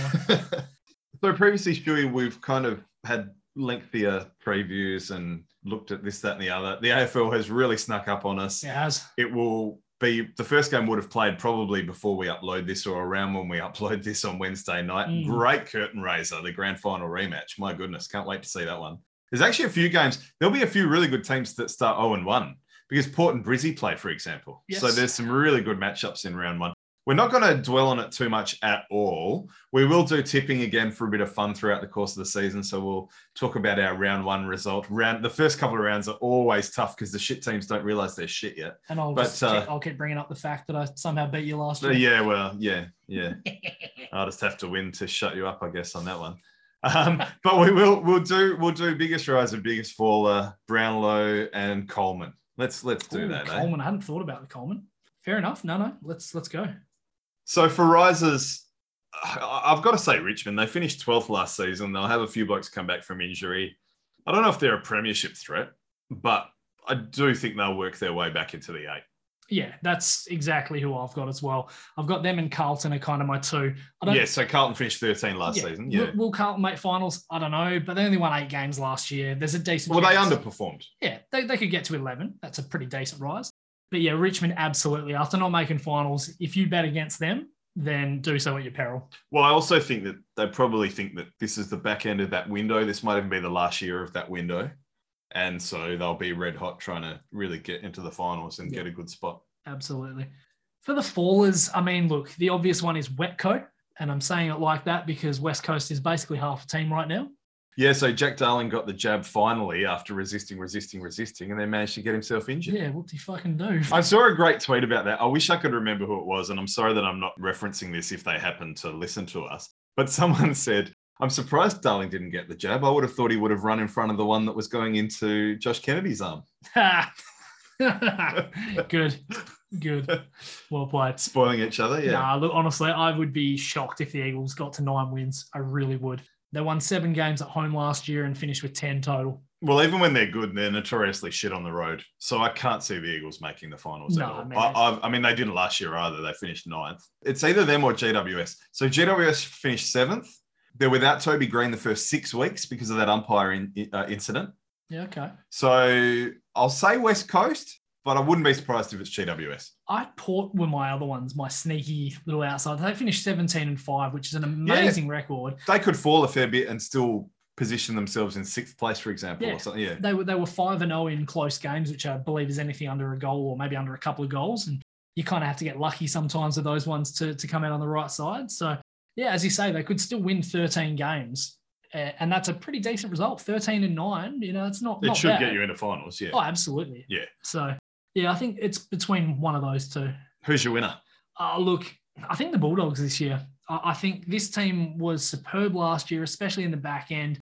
so previously, Stewie, we've kind of had lengthier previews and looked at this, that, and the other. The AFL has really snuck up on us.
It has.
It will be the first game would have played probably before we upload this or around when we upload this on Wednesday night.
Mm.
Great curtain raiser, the grand final rematch. My goodness, can't wait to see that one. There's actually a few games. There'll be a few really good teams that start 0 and 1 because Port and Brizzy play, for example.
Yes.
So there's some really good matchups in round one. We're not going to dwell on it too much at all. We will do tipping again for a bit of fun throughout the course of the season. So we'll talk about our round one result. Round the first couple of rounds are always tough because the shit teams don't realize they're shit yet.
And I'll
But,
just
uh,
keep, I'll keep bringing up the fact that I somehow beat you last
Uh,
year.
yeah, well, yeah, yeah. I'll just have to win to shut you up, I guess, on that one. Um, but we will we'll do we'll do biggest rise and biggest faller, Brownlow and Coleman. Let's let's do
Ooh,
that. eh?
Coleman. I hadn't thought about the Coleman. Fair enough. No, no. Let's let's go.
So for risers, I- I've got to say Richmond. They finished 12th last season. They'll have a few blokes come back from injury. I don't know if they're a premiership threat, but I do think they'll work their way back into the eight.
Yeah, that's exactly who I've got as well. I've got them and Carlton are kind of my two. I don't
Yeah, so Carlton finished 13 last season. Yeah.
Will, will Carlton make finals? I don't know, but they only won eight games last year. There's a decent.
Well, they
chance-
underperformed.
Yeah, they, they could get to 11. That's a pretty decent rise. But yeah, Richmond, absolutely. After not making finals, if you bet against them, then do so at your peril.
Well, I also think that they probably think that this is the back end of that window. This might even be the last year of that window. And so they'll be red hot trying to really get into the finals and
Yeah.
get a good spot.
Absolutely. For the fallers, I mean, look, the obvious one is Wetco. And I'm saying it like that because West Coast is basically half a team right now.
Yeah, so Jack Darling got the jab finally after resisting, resisting, resisting, and then managed to get himself injured.
Yeah, what do you fucking do?
I saw a great tweet about that. I wish I could remember who it was, and I'm sorry that I'm not referencing this if they happen to listen to us. But someone said, I'm surprised Darling didn't get the jab. I would have thought he would have run in front of the one that was going into Josh Kennedy's arm.
good, good. Well played.
Spoiling each other, yeah.
Nah, look, honestly, I would be shocked if the Eagles got to nine wins. I really would. They won seven games at home last year and finished with 10 total.
Well, even when they're good, they're notoriously shit on the road. So I can't see the Eagles making the finals
No,
at all. I
I mean-
mean, I, I, mean, they didn't last year either. They finished ninth. It's either them or GWS. So GWS finished seventh. They're without Toby Green the first six weeks because of that umpire in, uh, incident.
Yeah, okay.
So I'll say West Coast, but I wouldn't be surprised if it's GWS.
I Port were my other ones, my sneaky little outside. They finished 17 and 5, which is an amazing record.
They could fall a fair bit and still position themselves in sixth place, for example,
Yeah.
or something. Yeah.
They were they were five and zero in close games, which I believe is anything under a goal or maybe under a couple of goals, and you kind of have to get lucky sometimes with those ones to to come out on the right side. So yeah, as you say, they could still win thirteen games, uh, and that's a pretty decent result. Thirteen and nine, you know, it's not
It
not
should
bad.
get you into finals. Yeah.
Oh, absolutely.
Yeah.
So yeah, I think it's between one of those two.
Who's your winner?
Uh, look, I think the Bulldogs this year. I, I think this team was superb last year, especially in the back end.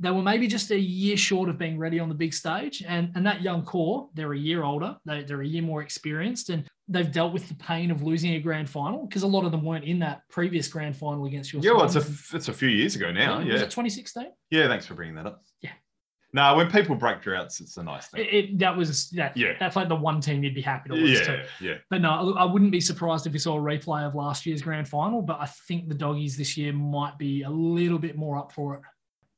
They were maybe just a year short of being ready on the big stage. And, and that young core, they're a year older, they, they're a year more experienced, and they've dealt with the pain of losing a grand final because a lot of them weren't in that previous grand final against your
Yeah, well, it's a it's a few years ago now.
Was
Yeah,
it 2016?
yeah. Thanks for bringing that up.
Yeah.
Nah, when people break droughts, it's a nice thing.
It, it- that was that,
Yeah.
that's like the one team you'd be happy to lose to.
Yeah, yeah.
But no, I I wouldn't be surprised if we saw a replay of last year's grand final. But I think the doggies this year might be a little bit more up for it.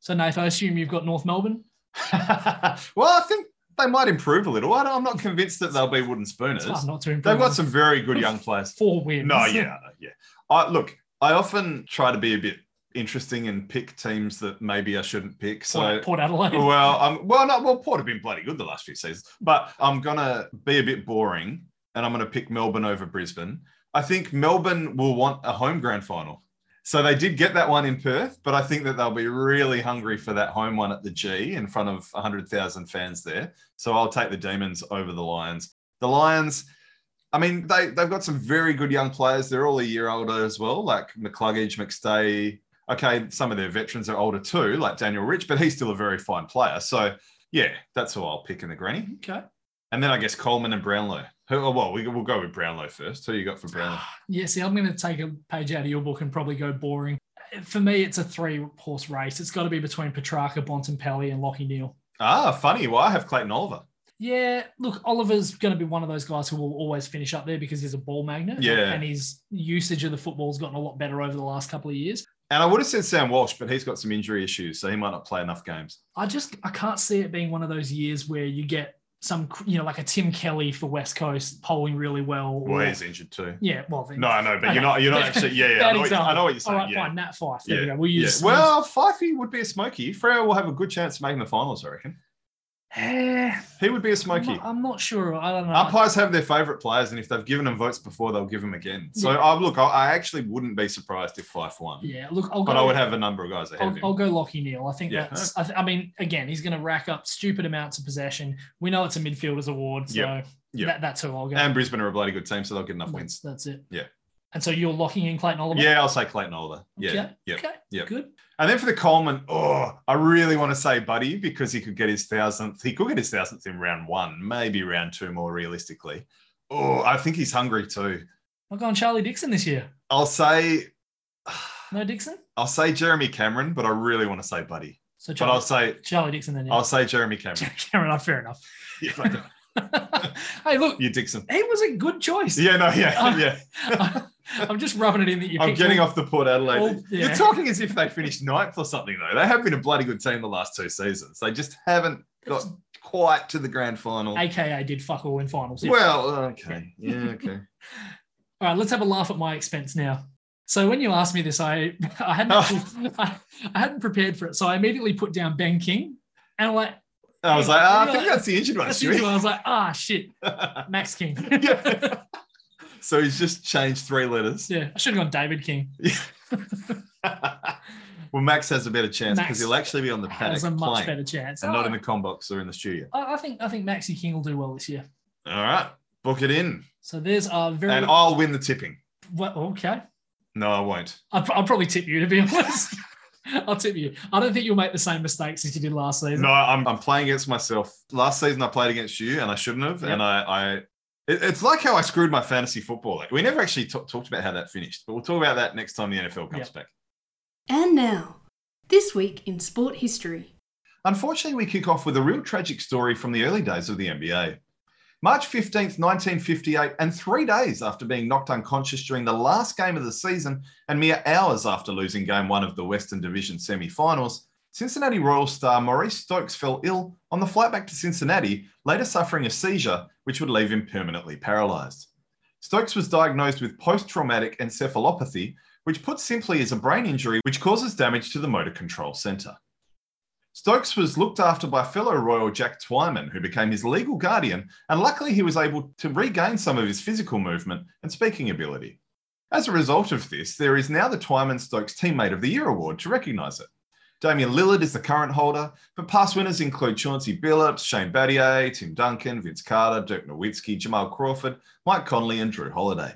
So, Nath, I assume you've got North Melbourne.
well, I think they might improve a little. I don't- I'm not convinced that they'll be wooden
It's hard
spooners.
not to improve.
They've got some very good young players.
four wins.
No, yeah, yeah. I look. I often try to be a bit interesting and pick teams that maybe I shouldn't pick. So
Port, Port Adelaide.
well, um, well, no, well, Port have been bloody good the last few seasons, but I'm gonna be a bit boring and I'm gonna pick Melbourne over Brisbane. I think Melbourne will want a home grand final. So they did get that one in Perth, but I think that they'll be really hungry for that home one at the G in front of 100,000 fans there. So I'll take the Demons over the Lions. The Lions, I mean, they, they've got some very good young players. They're all a year older as well, like McCluggage, McStay, okay, some of their veterans are older too, like Daniel Rich, but he's still a very fine player. So yeah, that's who I'll pick in the granny.
Okay.
And then I guess Coleman and Brownlow. Who, oh, well, we, we'll go with Brownlow first. Who you got for Brownlow?
Yeah, see, I'm going to take a page out of your book and probably go boring. For me, it's a three horse race. It's got to be between Petrarca, Bontempelli, and Lockie Neal.
ah, funny. Well, I have Clayton Oliver.
Yeah, look, Oliver's going to be one of those guys who will always finish up there because he's a ball magnet.
Yeah.
And his usage of the football's gotten a lot better over the last couple of years.
And I would have said Sam Walsh, but he's got some injury issues, so he might not play enough games.
I just I can't see it being one of those years where you get some, you know, like a Tim Kelly for West Coast polling really well. or-
Well, he's injured too.
yeah, well, then,
No, no, but
Okay.
you're not. You're not actually. Yeah, yeah. I
Bad
know, what, you- I
example.
know what you're
all
saying.
right,
yeah.
fine, Nat Fife. There
Yeah.
we go. We'll
Yeah.
use
Well, Fifey would be a smoky. Freo will have a good chance of making the finals, I reckon.
Eh,
He would be a
I'm
smoky.
not, I'm not sure. I don't know.
Umpires have their favourite players, and if they've given them votes before, they'll give them again. So,
Yeah.
I, look, I, I actually wouldn't be surprised if Fife won,
yeah, look, I'll
but
go.
I would have a number of guys ahead
I'll,
of him.
I'll go Lockie Neal. I think
Yeah.
that's. I, th- I mean, again, he's going to rack up stupid amounts of possession. We know it's a midfielder's award, so
Yep. Yep.
That, that's who I'll go.
and Brisbane are a bloody good team, so they'll get enough
that's,
wins.
that's it.
Yeah.
And so you're locking in Clayton Oliver.
Yeah, I'll say Clayton Oliver. Yeah,
Okay.
yeah.
Okay.
Yep.
Good.
And then for the Coleman, oh, I really want to say Buddy because he could get his thousandth. He could get his thousandth in round one, maybe round two more realistically. Oh, I think he's hungry too.
I'm going Charlie Dixon this year.
I'll say,
No Dixon.
I'll say Jeremy Cameron, but I really want to say Buddy.
So
But I'll
Charlie,
say,
Charlie Dixon then.
I'll say Jeremy Cameron.
Cameron, fair enough.
Yeah.
hey, look,
you Dixon.
he was a good choice.
Yeah, no, yeah, yeah.
I'm just rubbing it in that Oh, you.
I'm
picked
getting
him.
off the Port Adelaide.
Oh, yeah.
You're talking as if they finished ninth or something, though. They have been a bloody good team the last two seasons. They just haven't got quite to the grand final.
AKA did fuck all in finals. yeah.
Well, uh, okay. Yeah, okay.
All right, let's have a laugh at my expense now. So when you asked me this, I I
Oh.
hadn't actually- I, I hadn't prepared for it, so I immediately put down Ben King, and I'm like,
I was like, ah, I think that's the injured one,
that's
Stewie.
usual. I was like, ah, shit, Max King.
Yeah. so he's just changed three letters.
yeah, I should have gone David King.
well, Max has a better chance
Max
because he'll actually be on the paddock
There's a
playing
much better chance.
and not in
I-
the com box or in the studio.
I, I think I think Maxi King will do well this year.
All right, book it in,
So there's our very
and I'll win the tipping.
well, okay.
No, I won't.
I'll, pr- I'll probably tip you to be honest. I'll tip you. I don't think you'll make the same mistakes as you did last season.
No, I'm, I'm playing against myself. Last season, I played against you, and I shouldn't have.
Yeah.
And I, I it- it's like how I screwed my fantasy football. Like, we never actually ta- talked about how that finished, but we'll talk about that next time the NFL comes back.
And now, this week in sport history.
Unfortunately, we kick off with a real tragic story from the early days of the NBA. March 15th, 1958, and three days after being knocked unconscious during the last game of the season, and mere hours after losing game one of the Western Division semi finals, Cincinnati Royal star Maurice Stokes fell ill on the flight back to Cincinnati, later suffering a seizure, which would leave him permanently paralyzed. Stokes was diagnosed with post traumatic encephalopathy, which put simply is a brain injury which causes damage to the motor control center. Stokes was looked after by fellow Royal Jack Twyman, who became his legal guardian, and luckily he was able to regain some of his physical movement and speaking ability. As a result of this, there is now the Twyman Stokes Teammate of the Year award to recognise it. Damien Lillard is the current holder, but past winners include Chauncey Billups, Shane Battier, Tim Duncan, Vince Carter, Dirk Nowitzki, Jamal Crawford, Mike Conley, and Drew Holiday.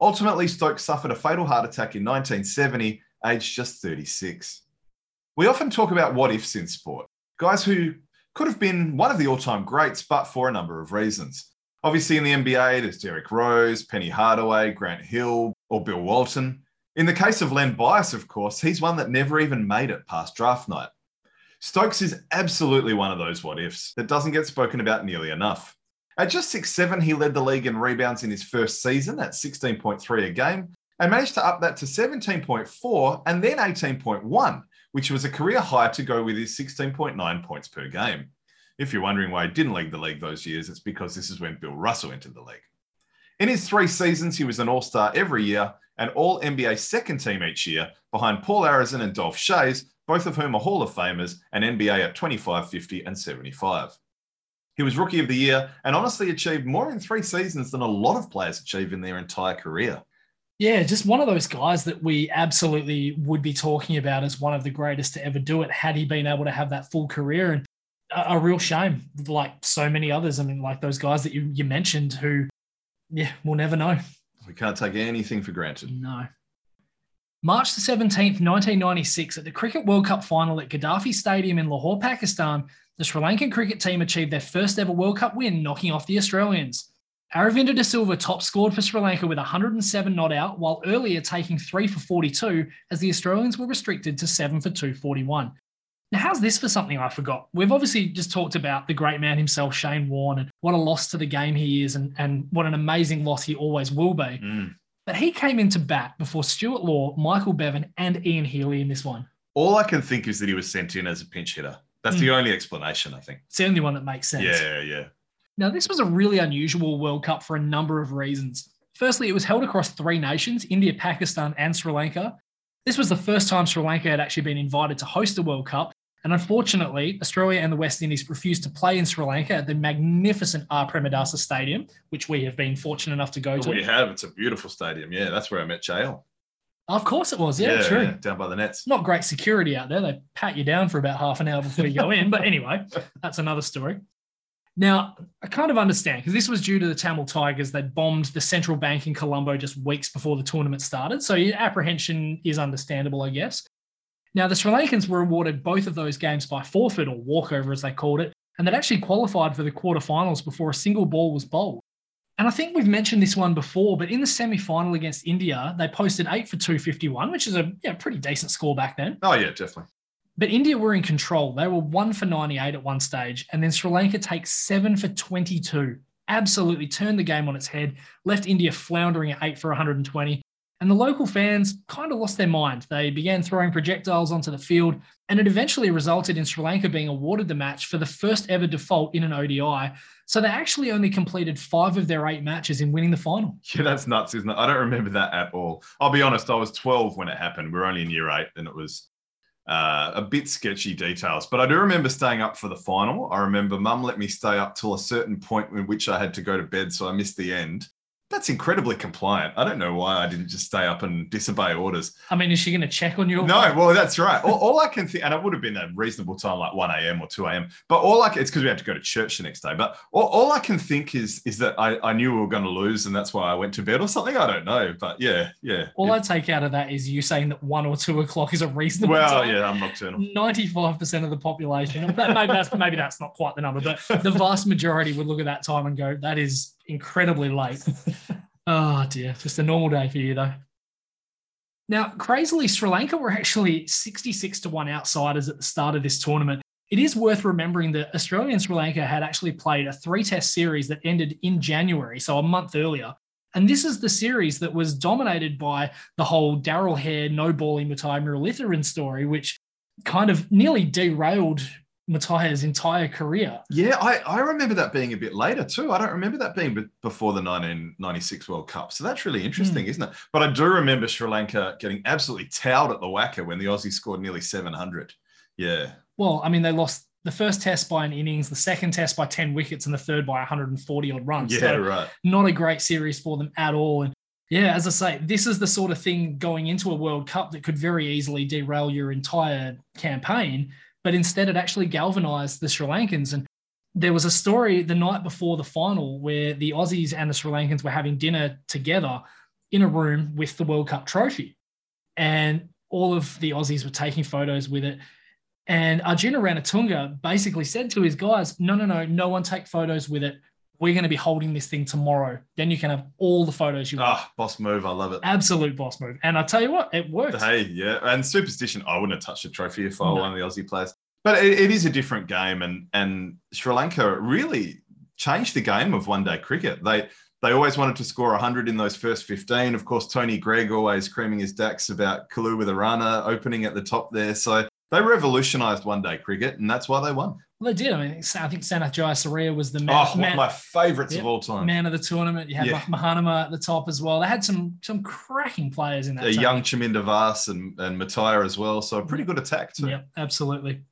Ultimately, Stokes suffered a fatal heart attack in 1970, aged just 36. We often talk about what ifs in sport, guys who could have been one of the all time greats, but for a number of reasons. Obviously, in the NBA, there's Derrick Rose, Penny Hardaway, Grant Hill, or Bill Walton. In the case of Len Bias, of course, he's one that never even made it past draft night. Stokes is absolutely one of those what ifs that doesn't get spoken about nearly enough. At just six seven, he led the league in rebounds in his first season at 16.3 a game and managed to up that to 17.4 and then 18.1, which was a career high to go with his 16.9 points per game. If you're wondering why he didn't lead the league those years, it's because this is when Bill Russell entered the league. In his three seasons, he was an all star every year and all NBA second team each year behind Paul Arizin and Dolph Shays, both of whom are Hall of Famers and NBA at 25, 50, and 75. He was Rookie of the Year and honestly achieved more in three seasons than a lot of players achieve in their entire career.
Yeah, just one of those guys that we absolutely would be talking about as one of the greatest to ever do it had he been able to have that full career. And a, a real shame, like so many others. I mean, like those guys that you, you mentioned who, yeah, we'll never know.
We can't take anything for granted.
No. March the 17th, 1996, at the Cricket World Cup final at Gaddafi Stadium in Lahore, Pakistan, the Sri Lankan cricket team achieved their first ever World Cup win, knocking off the Australians. Aravinda de Silva top scored for Sri Lanka with 107 not out, while earlier taking three for 42, as the Australians were restricted to seven for 241. Now, how's this for something I forgot? We've obviously just talked about the great man himself, Shane Warne, and what a loss to the game he is, and, and what an amazing loss he always will be.
Mm.
But he came into bat before Stuart Law, Michael Bevan, and Ian Healy in this one.
All I can think is that he was sent in as a pinch hitter. That's
Hmm.
the only explanation, I think.
It's the only one that makes sense.
Yeah, yeah.
Now, this was a really unusual World Cup for a number of reasons. Firstly, it was held across three nations India, Pakistan, and Sri Lanka. This was the first time Sri Lanka had actually been invited to host a World Cup. And unfortunately, Australia and the West Indies refused to play in Sri Lanka at the magnificent R. Premadasa Stadium, which we have been fortunate enough to go to.
We have. It's a beautiful stadium. Yeah, that's where I met JL.
Of course, it was. Yeah, true.
down by the nets.
It's not great security out there. They pat you down for about half an hour before you go in. But anyway, that's another story. Now, I kind of understand because this was due to the Tamil Tigers. They bombed the central bank in Colombo just weeks before the tournament started. So your apprehension is understandable, I guess. Now, the Sri Lankans were awarded both of those games by forfeit or walkover, as they called it, and they'd actually qualified for the quarterfinals before a single ball was bowled. And I think we've mentioned this one before, but in the semi final against India, they posted eight for 251, which is a yeah, pretty decent score back then.
Oh, yeah, definitely.
But India were in control. They were one for 98 at one stage, and then Sri Lanka takes seven for 22. Absolutely turned the game on its head, left India floundering at eight for 120. And the local fans kind of lost their mind. They began throwing projectiles onto the field, and it eventually resulted in Sri Lanka being awarded the match for the first ever default in an ODI. So they actually only completed five of their eight matches in winning the final.
Yeah, that's nuts, isn't it? I don't remember that at all. I'll be honest, I was 12 when it happened. We were only in year eight, and it was uh, a bit sketchy details. But I do remember staying up for the final. I remember mum let me stay up till a certain point in which I had to go to bed, so I missed the end. That's incredibly compliant. I don't know why I didn't just stay up and disobey orders.
I mean, is she going to check on you?
No, well, that's right. All, all I can think, and it would have been a reasonable time, like 1 a.m. or 2 a.m. But all I can, it's because we had to go to church the next day. But all, all I can think is is that I, I knew we were going to lose, and that's why I went to bed or something. I don't know, but yeah, yeah.
All I take out of that is you saying that one or two o'clock is a reasonable
well,
time.
yeah, I'm nocturnal.
95% of the population, that, maybe, that's, maybe that's not quite the number, but the vast majority would look at that time and go, that is incredibly late. oh dear, just a normal day for you though. Now, crazily, Sri Lanka were actually 66 to 1 outsiders at the start of this tournament. It is worth remembering that Australia and Sri Lanka had actually played a three test series that ended in January, so a month earlier. And this is the series that was dominated by the whole Daryl Hare no balling Matai Muralitharan story, which kind of nearly derailed Matai's entire career.
Yeah, I, I remember that being a bit later too. I don't remember that being be- before the 1996 World Cup. So that's really interesting,
Hmm.
isn't it? But I do remember Sri Lanka getting absolutely towed at the Wacker when the Aussies scored nearly 700. Yeah.
Well, I mean, they lost the first test by an innings, the second test by 10 wickets, and the third by 140 odd runs.
Yeah,
So
right.
not a great series for them at all. And yeah, as I say, this is the sort of thing going into a World Cup that could very easily derail your entire campaign. But instead, it actually galvanized the Sri Lankans. And there was a story the night before the final where the Aussies and the Sri Lankans were having dinner together in a room with the World Cup trophy. And all of the Aussies were taking photos with it. And Arjuna Ranatunga basically said to his guys, No, no, no, no one take photos with it. We're going to be holding this thing tomorrow. Then you can have all the photos you want.
Ah, boss move. I love it.
Absolute boss move. And I tell you what, it worked.
Hey, yeah, and superstition. I wouldn't have touched a trophy if I were
No.
one of the Aussie players. But it, it is a different game, and and Sri Lanka really changed the game of one day cricket. They they always wanted to score 100 in those first 15. Of course, Tony Gregg always creaming his dacks about Kalu with a runner opening at the top there. So they revolutionised one day cricket, and that's why they won.
Well, they did. I mean, I think Sanath Jayasuriya was the man,
Oh, one
man,
of my favourites
Yep.
of all time.
man of the tournament. You had
Yeah.
Mahanama at the top as well. They had some some cracking players in that.
A
team.
young Chaminda Vas and, and Mattia as well. So a pretty good attack, too.
Yep, absolutely.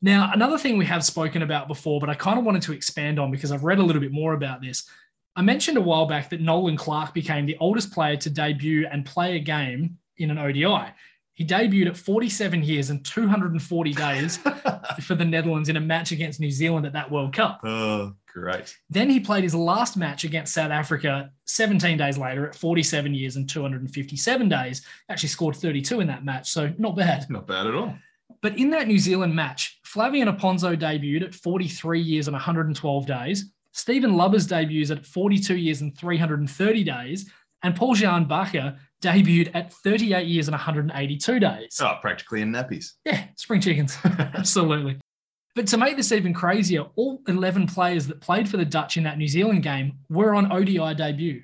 Now, another thing we have spoken about before, but I kind of wanted to expand on because I've read a little bit more about this. I mentioned a while back that Nolan Clark became the oldest player to debut and play a game in an ODI. He debuted at 47 years and 240 days for the Netherlands in a match against New Zealand at that World Cup.
oh, great.
Then he played his last match against South Africa 17 days later at 47 years and 257 days. Actually scored 32 in that match, so not bad.
Not bad at all.
But in that New Zealand match, Flavian Aponzo debuted at 43 years and 112 days. Stephen Lubbers debuts at 42 years and 330 days. And Paul Jean Bacher debuted at 38 years and 182 days.
Oh, practically in nappies.
Yeah, spring chickens. Absolutely. But to make this even crazier, all 11 players that played for the Dutch in that New Zealand game were on ODI debut.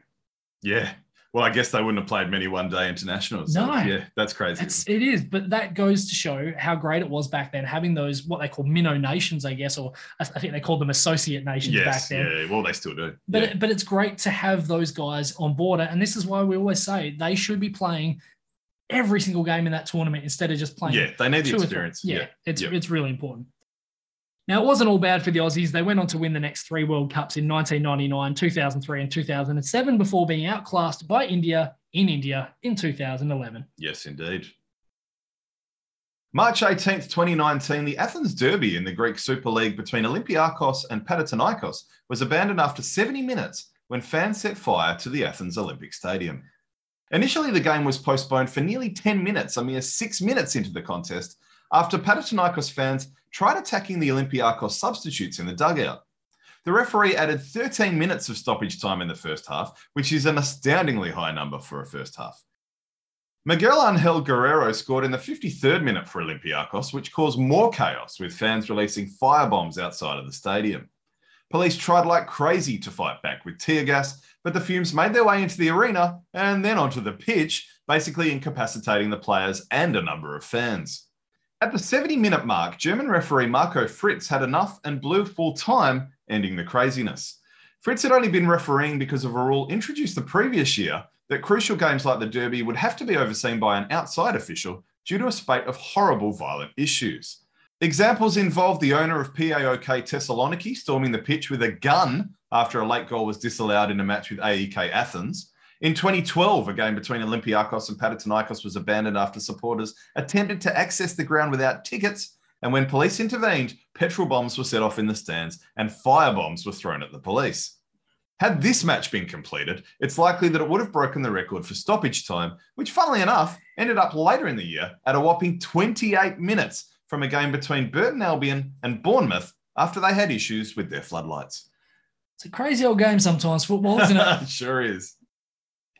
Yeah. Well, I guess they wouldn't have played many one day internationals.
No.
Yeah, that's crazy.
It's, it is, but that goes to show how great it was back then, having those what they call minnow nations, I guess, or I I think they called them associate nations back
yes.
then.
Yeah. Well, they still do.
But,
yeah.
but it's great to have those guys on board. And this is why we always say they should be playing every single game in that tournament instead of just playing
Yeah, they need the
two or three.
experience.
Yeah,
Yeah.
it's
Yeah.
it's really important. Now it wasn't all bad for the Aussies. They went on to win the next three World Cups in 1999, 2003, and 2007 before being outclassed by India in India in 2011.
Yes, indeed. March 18th, 2019, the Athens Derby in the Greek Super League between Olympiakos and Panathinaikos was abandoned after 70 minutes when fans set fire to the Athens Olympic Stadium. Initially, the game was postponed for nearly 10 minutes, a mere six minutes into the contest, after Panathinaikos fans tried attacking the Olympiakos substitutes in the dugout. The referee added 13 minutes of stoppage time in the first half, which is an astoundingly high number for a first half. Miguel Angel Guerrero scored in the 53rd minute for Olympiacos, which caused more chaos with fans releasing firebombs outside of the stadium. Police tried like crazy to fight back with tear gas, but the fumes made their way into the arena and then onto the pitch, basically incapacitating the players and a number of fans. At the 70 minute mark, German referee Marco Fritz had enough and blew full time, ending the craziness. Fritz had only been refereeing because of a rule introduced the previous year that crucial games like the Derby would have to be overseen by an outside official due to a spate of horrible violent issues. Examples involved the owner of PAOK Thessaloniki storming the pitch with a gun after a late goal was disallowed in a match with AEK Athens. In 2012, a game between Olympiakos and Panathinaikos was abandoned after supporters attempted to access the ground without tickets. And when police intervened, petrol bombs were set off in the stands and fire bombs were thrown at the police. Had this match been completed, it's likely that it would have broken the record for stoppage time, which, funnily enough, ended up later in the year at a whopping 28 minutes from a game between Burton Albion and Bournemouth after they had issues with their floodlights.
It's a crazy old game sometimes, football, isn't it?
sure is.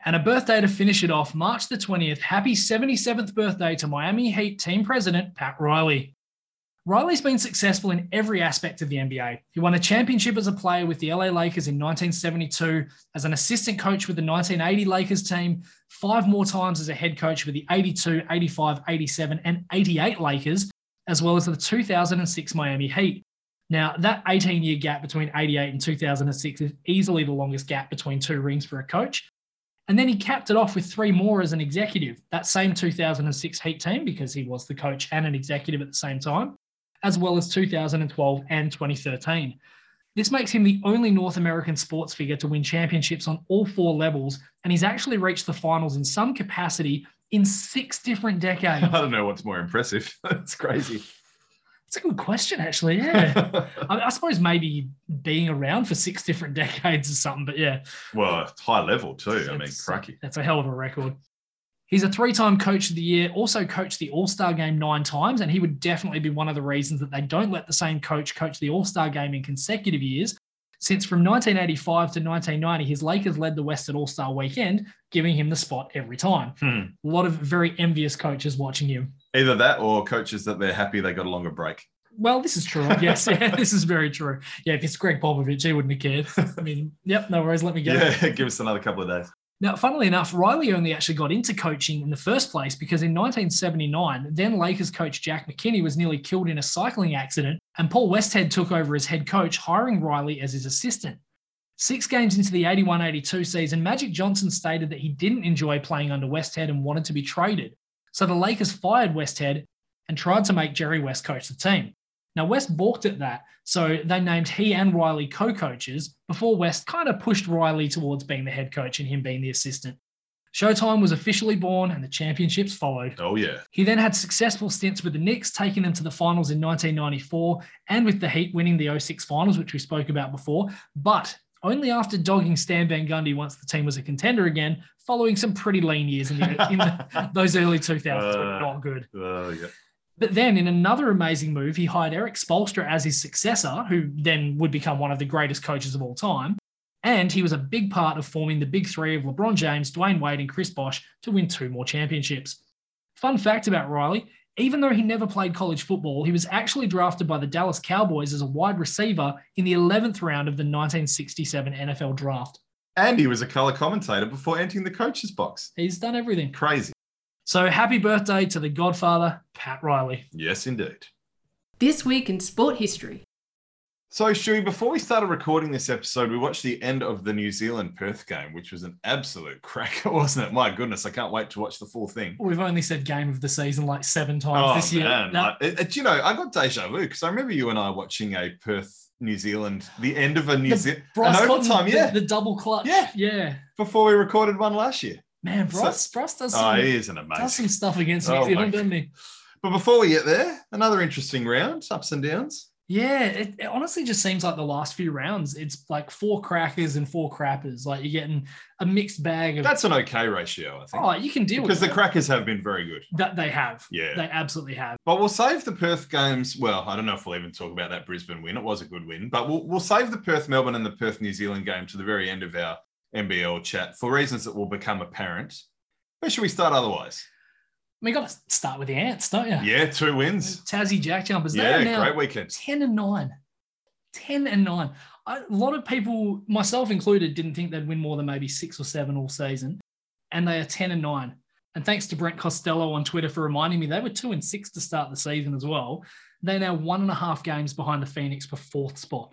And a birthday to finish it off, March the 20th. Happy 77th birthday to Miami Heat team president Pat Riley. Riley's been successful in every aspect of the NBA. He won a championship as a player with the LA Lakers in 1972, as an assistant coach with the 1980 Lakers team, five more times as a head coach with the 82, 85, 87, and 88 Lakers, as well as the 2006 Miami Heat. Now, that 18 year gap between 88 and 2006 is easily the longest gap between two rings for a coach. And then he capped it off with three more as an executive, that same 2006 Heat team, because he was the coach and an executive at the same time, as well as 2012 and 2013. This makes him the only North American sports figure to win championships on all four levels, and he's actually reached the finals in some capacity in six different decades.
I don't know what's more impressive. That's crazy.
It's a good question, actually. Yeah. I, I suppose maybe being around for six different decades or something, but yeah.
well, it's high level too. I mean,
That's-
cracky.
That's a hell of a record. He's a three time coach of the year, also coached the All Star game nine times, and he would definitely be one of the reasons that they don't let the same coach coach the All Star game in consecutive years. Since from 1985 to 1990, his Lakers led the West at All Star weekend, giving him the spot every time.
Hmm.
A lot of very envious coaches watching him.
Either that or coaches that they're happy they got a longer break.
Well, this is true. Yes, yeah, this is very true. Yeah, if it's Greg Popovich, he wouldn't have cared. I mean, yep, no worries. Let me go.
Yeah, give us another couple of days.
Now, funnily enough, Riley only actually got into coaching in the first place because in 1979, then Lakers coach Jack McKinney was nearly killed in a cycling accident, and Paul Westhead took over as head coach, hiring Riley as his assistant. Six games into the 81 82 season, Magic Johnson stated that he didn't enjoy playing under Westhead and wanted to be traded. So the Lakers fired Westhead and tried to make Jerry West coach the team. Now, West balked at that, so they named he and Riley co coaches before West kind of pushed Riley towards being the head coach and him being the assistant. Showtime was officially born and the championships followed.
Oh, yeah.
He then had successful stints with the Knicks, taking them to the finals in 1994 and with the Heat winning the 06 finals, which we spoke about before, but only after dogging Stan Van Gundy once the team was a contender again, following some pretty lean years in, the, in the, those early 2000s. were
Uh.
not good.
Oh, yeah.
But then, in another amazing move, he hired Eric Spolstra as his successor, who then would become one of the greatest coaches of all time. And he was a big part of forming the big three of LeBron James, Dwayne Wade, and Chris Bosh to win two more championships. Fun fact about Riley even though he never played college football, he was actually drafted by the Dallas Cowboys as a wide receiver in the 11th round of the 1967 NFL draft.
And he was a color commentator before entering the coaches box.
He's done everything.
Crazy.
So, happy birthday to the godfather, Pat Riley.
Yes, indeed.
This Week in Sport History.
So, Shuey, before we started recording this episode, we watched the end of the New Zealand Perth game, which was an absolute cracker, wasn't it? My goodness, I can't wait to watch the full thing.
We've only said game of the season like seven times
Oh,
this year.
man.
That-
I- it- it- you know, I got deja vu because I remember you and I watching a Perth, New Zealand, the end of a New
The
Zealand, an
Bryce
overtime,
Cotton,
yeah,
The, the double clutch.
Yeah.
Yeah.
before we recorded one last year.
Man,
So-
Bryce, Bryce does
Oh,
some,
he is an
does some
amazing.
stuff against
Oh,
New
my
Zealand, doesn't he?
But before we get there, another interesting round, ups and downs.
Yeah. It, it honestly just seems like the last few rounds, it's like four crackers and four crappers. Like you're getting a mixed bag of.
That's an okay ratio, I think,
oh, you can deal
because the
with it.
crackers have been very good.
that they have.
Yeah.
They absolutely have.
But we'll save the Perth games. Well, I don't know if we'll even talk about that Brisbane win. It was a good win, but we'll, we'll save the Perth Melbourne and the Perth New Zealand game to the very end of our NBL chat for reasons that will become apparent. Where should we start otherwise?
I mean, you got to start with the ants, don't you?
Yeah, two wins.
Tassie Jack Jumpers. they are
Yeah,
now
great weekend.
10 and 9. 10 and 9. A lot of people, myself included, didn't think they'd win more than maybe six or seven all season. And they are 10 and 9. And thanks to Brent Costello on Twitter for reminding me, they were two and six to start the season as well. They're now one and a half games behind the Phoenix for fourth spot.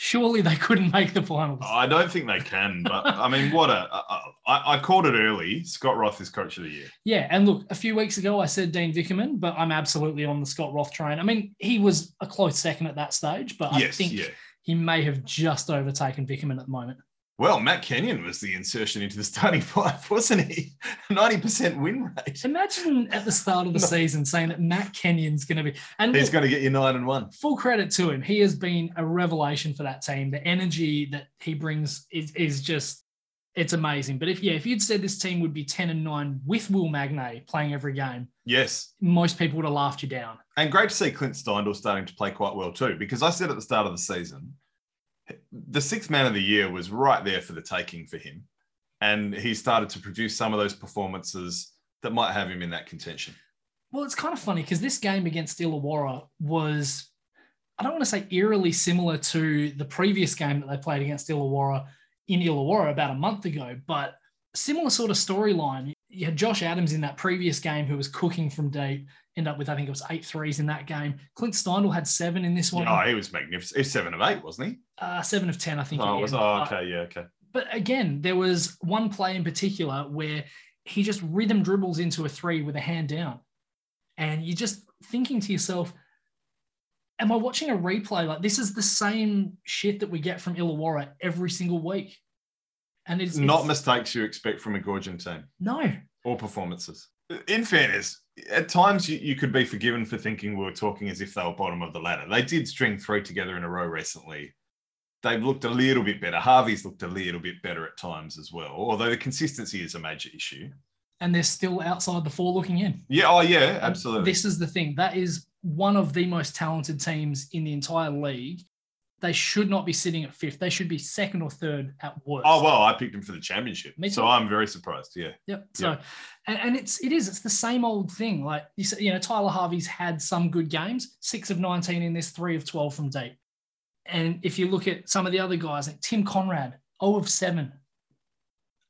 Surely they couldn't make the finals.
I don't think they can, but I mean, what a. I, I, I called it early. Scott Roth is coach of the year.
Yeah, and look, a few weeks ago I said Dean Vickerman, but I'm absolutely on the Scott Roth train. I mean, he was a close second at that stage, but I
yes,
think
yeah.
he may have just overtaken Vickerman at the moment.
Well, Matt Kenyon was the insertion into the starting five, wasn't he? 90% win rate.
Imagine at the start of the
No.
season saying that Matt Kenyon's going to be, and
He's
look,
going to get you nine and one.
full credit to him. He has been a revelation for that team. The energy that he brings is, is just, it's amazing. But if, yeah, if you'd said this team would be 10 and 9 with Will Magnay playing every game,
Yes,
most people would have laughed you down.
And great to see Clint Steindl starting to play quite well too, because I said at the start of the season, the sixth man of the year was right there for the taking for him. And he started to produce some of those performances that might have him in that contention.
Well, it's kind of funny because this game against Illawarra was, I don't want to say eerily similar to the previous game that they played against Illawarra in Illawarra about a month ago, but similar sort of storyline. You had Josh Adams in that previous game who was cooking from deep, end up with, I think it was eight threes in that game. Clint Steindl had seven in this one,
Oh, he was magnificent. He was seven of eight, wasn't he?
uh, seven of 10, I think.
Oh,
he
it was,
had.
oh
Uh,
okay. Yeah, okay.
But again, there was one play in particular where he just rhythm dribbles into a three with a hand down. And you're just thinking to yourself, am I watching a replay? Like, this is the same shit that we get from Illawarra every single week. And it's
Not
it's-
mistakes you expect from a Gorgian team
No,
or performances. In fairness, at times you, you could be forgiven for thinking we were talking as if they were bottom of the ladder. They did string three together in a row recently. They've looked a little bit better. Harvey's looked a little bit better at times as well, although the consistency is a major issue.
and they're still outside the four looking in.
Yeah, oh yeah, absolutely.
This is the thing. That is one of the most talented teams in the entire league. They should not be sitting at fifth. They should be second or third at worst.
Oh well, I picked him for the championship,
Me
so
too.
I'm very surprised. Yeah,
Yep. So, And, and it's it is it's the same old thing. Like you said, you know, Tyler Harvey's had some good games, six of nineteen in this, three of twelve from deep. And if you look at some of the other guys, like Tim Conrad, zero of seven.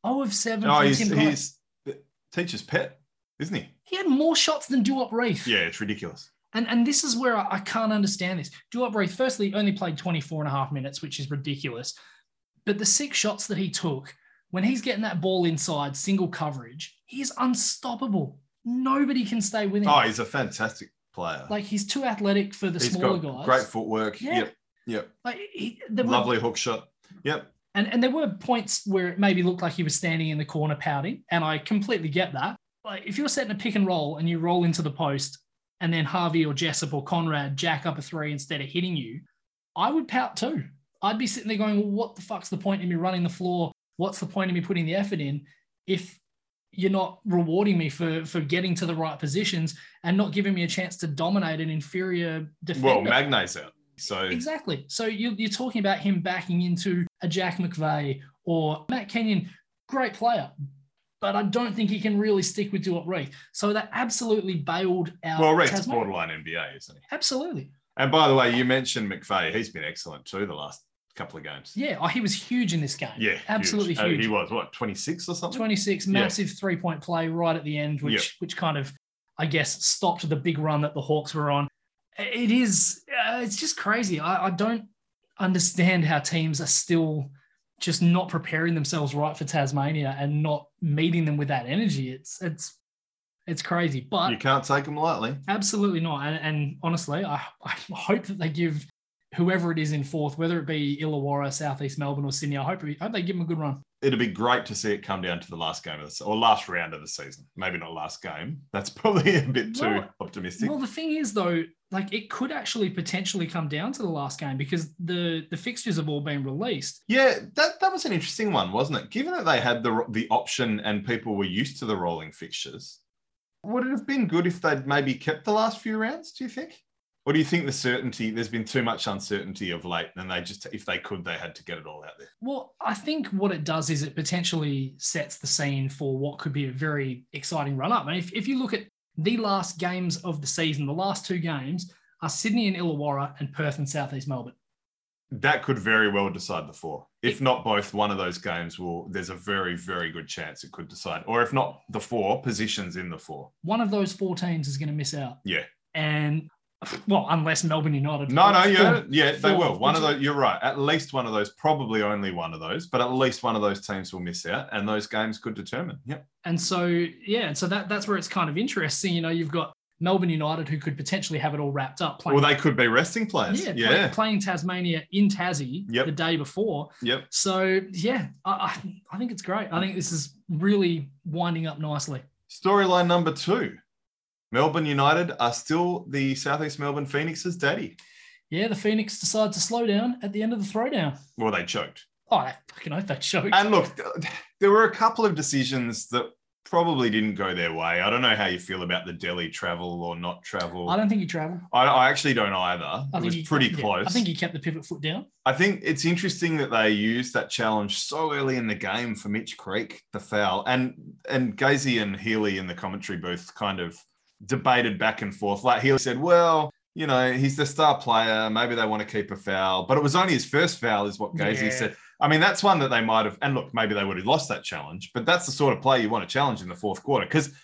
Zero of seven.
oh,
from
he's,
Tim Conrad.
he's the teacher's pet, isn't he?
he had more shots than Duop Reef.
Yeah, it's ridiculous.
And and this is where I, I can't understand this. Duop Reith, firstly, only played 24 and a half minutes, which is ridiculous. But the six shots that he took, when he's getting that ball inside, single coverage, he is unstoppable. Nobody can stay with him.
Oh, he's a fantastic player.
like he's too athletic for the
He's
smaller
got
guys.
great footwork.
Yeah.
Yep, yep.
Like he, there were-
Lovely hook shot. Yep.
And, and there were points where it maybe looked like he was standing in the corner pouting, and I completely get that. Like if you're setting a pick and roll and you roll into the post, and then Harvey or Jessup or Conrad jack up a three instead of hitting you, I would pout too. I'd be sitting there going, well, what the fuck's the point in me running the floor? What's the point in me putting the effort in if you're not rewarding me for for getting to the right positions and not giving me a chance to dominate an inferior defender?
Well, Magna's out, so
Exactly. So you, you're talking about him backing into a Jack McVeigh or Matt Kenyon, great player, but I don't think he can really stick with Duop Reith. So that absolutely bailed out.
well, Reed's
Tasmania.
borderline NBA, isn't he?
Absolutely.
And by the way, you mentioned McVeigh. He's been excellent too the last couple of games.
Yeah. Oh, he was huge in this game.
Yeah, huge.
Absolutely
Uh,
huge.
he was what 26 or something.
26,
Yeah.
massive three point play right at the end, which,
Yeah.
which kind of, I guess, stopped the big run that the Hawks were on. It is, uh, it's just crazy. I, I don't understand how teams are still just not preparing themselves right for Tasmania and not meeting them with that energy. It's, it's, it's crazy, but
You can't take him lightly.
absolutely not. And, and honestly, I, I hope that they give whoever it is in fourth, whether it be Illawarra, Southeast Melbourne, or Sydney, I hope, I hope they give them a good run.
it'd be great to see it come down to the last game of the se- or last round of the season. Maybe not last game. That's probably a bit too
Well-
optimistic.
Well, the thing is, though, like it could actually potentially come down to the last game because the the fixtures have all been released.
yeah, that, that was an interesting one, wasn't it? Given that they had the ro- the option and people were used to the rolling fixtures, would it have been good if they'd maybe kept the last few rounds? Do you think? Or do you think the certainty? There's been too much uncertainty of late, and they just if they could, they had to get it all out there.
Well, I think what it does is it potentially sets the scene for what could be a very exciting run up. And if, if you look at the last games of the season, the last two games are Sydney and Illawarra and Perth and Southeast Melbourne.
That could very well decide the four. If not both, one of those games will. There's a very very good chance it could decide, or if not the four positions in the four.
One of those four teams is going to miss out.
Yeah.
And well, unless Melbourne United.
No, no,
Still-
yeah, yeah, they
Four,
will. One of
which-
those, you're right. At least one of those, probably only one of those, but at least one of those teams will miss out, and those games could determine. Yep.
And so, yeah, and so that that's where it's kind of interesting. You know, you've got Melbourne United who could potentially have it all wrapped up
Or
playing.
they could be resting players.
yeah,
Yeah.
play- playing Tasmania in Tassie
Yep.
the day before.
Yep.
So yeah, I, I I think it's great. I think this is really winding up nicely.
Storyline number two: Melbourne United are still the Southeast Melbourne Phoenix's daddy.
Yeah, the Phoenix decide to slow down at the end of the throwdown.
Well, they choked.
Oh, I fucking hope that shows.
And look, th- there were a couple of decisions that probably didn't go their way. I don't know how you feel about the Delhi travel or not travel.
I
I,
don't think he travelled.
I actually don't either.
I
it
think
was
he-
pretty
yeah,
close.
I think he kept the pivot foot down.
I think it's interesting that they used that challenge so early in the game for Mitch Creek, the foul, and and Gazy and Healy in the commentary booth kind of debated back and forth. Like Healy said, "Well, you know, he's the star player. Maybe they want to keep a foul, but it was only his first foul," is what Gazy
Yeah.
said. I mean, that's one that they might have. And look, maybe they would have lost that challenge, but that's the sort of play you want to challenge in the fourth quarter because.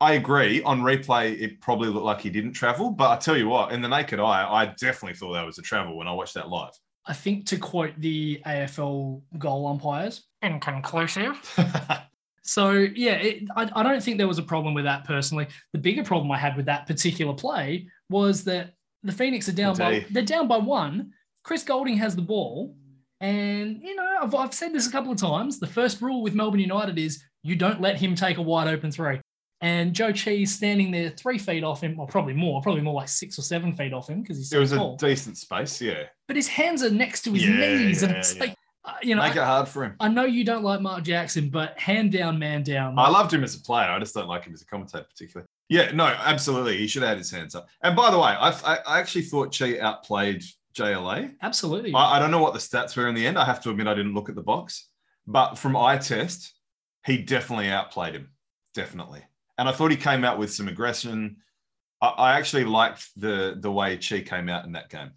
I agree. On replay, it probably looked like he didn't travel, but I tell you what, in the naked eye, I definitely thought that was a travel when I watched that live.
I think to quote the AFL goal umpires, inconclusive. So yeah, it, I, I don't think there was a problem with that personally. The bigger problem I had with that particular play was that the Phoenix are down by
Indeed.
they're down by one. Chris Golding has the ball, and you know I've, I've said this a couple of times. The first rule with Melbourne United is you don't let him take a wide open three. And Joe Cheese standing there three feet off him, or probably more, probably more like six or seven feet off him because he's
it
so
was a
tall.
decent space. Yeah,
but his hands are next to his
Yeah,
knees, and
yeah,
it's
yeah.
like uh, you know.
make
I,
it hard for him.
I know you don't like Mark Jackson, but hand down, man down.
I loved him as a player. I just don't like him as a commentator, particularly. Yeah, no, absolutely. He should have had his hands up. And by the way, I, I, I actually thought Chi outplayed JLA.
Absolutely.
I, I don't know what the stats were in the end. I have to admit, I didn't look at the box. But from eye test, he definitely outplayed him. Definitely. And I thought he came out with some aggression. I, I actually liked the, the way Chi came out in that game.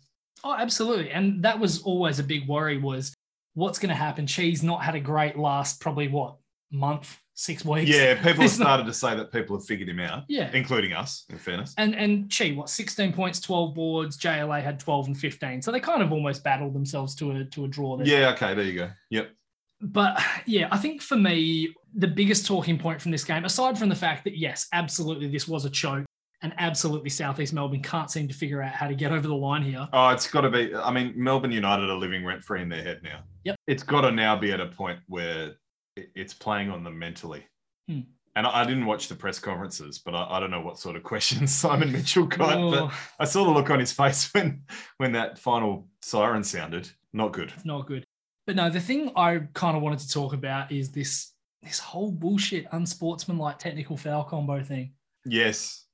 Oh, absolutely. And that was always a big worry was what's going to happen. She's not had a great last probably what month, six weeks.
Yeah, people have
it's not-
started to say that people have figured him out,
yeah.
including us, in fairness.
And and Chi, what 16 points, 12 boards. JLA had 12 and 15, so they kind of almost battled themselves to a to a draw there.
Yeah, okay, there you go. Yep.
But yeah, I think for me the biggest talking point from this game, aside from the fact that yes, absolutely this was a choke, and absolutely Southeast Melbourne can't seem to figure out how to get over the line here.
Oh, it's got to be. I mean, Melbourne United are living rent free in their head now.
Yep.
It's got to now be at a point where it- it's playing on them mentally.
Hmm.
And I I didn't watch the press conferences, but I, I don't know what sort of questions Simon Mitchell got. But
Oh,
I saw the look on his face when when that final siren sounded. Not good.
it's not good. But no, the thing I kind of wanted to talk about is this this whole bullshit unsportsmanlike technical foul combo thing.
Yes.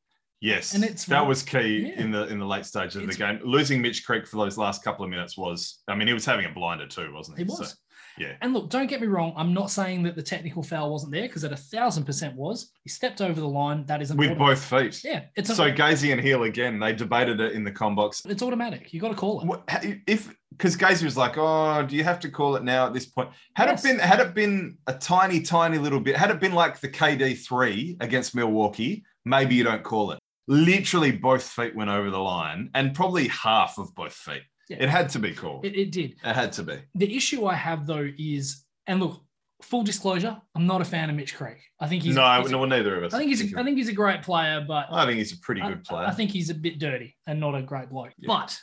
Yes.
And it's-
that was key
yeah.
in the in the late stages of the game.
It's-
Losing Mitch Creek for those last couple of minutes was I mean, he was having a blinder too, wasn't he?
It was.
So, yeah.
And look, don't get me wrong. I'm not saying that the technical foul wasn't there because it a thousand percent was. He stepped over the line. That is
with
important.
both feet.
Yeah, it's a,
So Gazy and Heel again, they debated it in the com box.
it's automatic. You got to call it.
What- If because Gazy was like, "Oh, do you have to call it now?" At this point, had
Yes.
it been had it been a tiny, tiny little bit, had it been like the KD three against Milwaukee, maybe you don't call it. Literally, both feet went over the line, and probably half of both feet.
Yeah.
It had to be called. It,
It, it did.
had to be.
The issue I have though is, and look, full disclosure, I'm not a fan of Mitch Creek. I think he's
no,
he's-
no, neither of us.
I think he's a, I think he's a great player, but
I think he's a pretty good
I-
player.
I think he's a bit dirty and not a great bloke.
Yeah.
But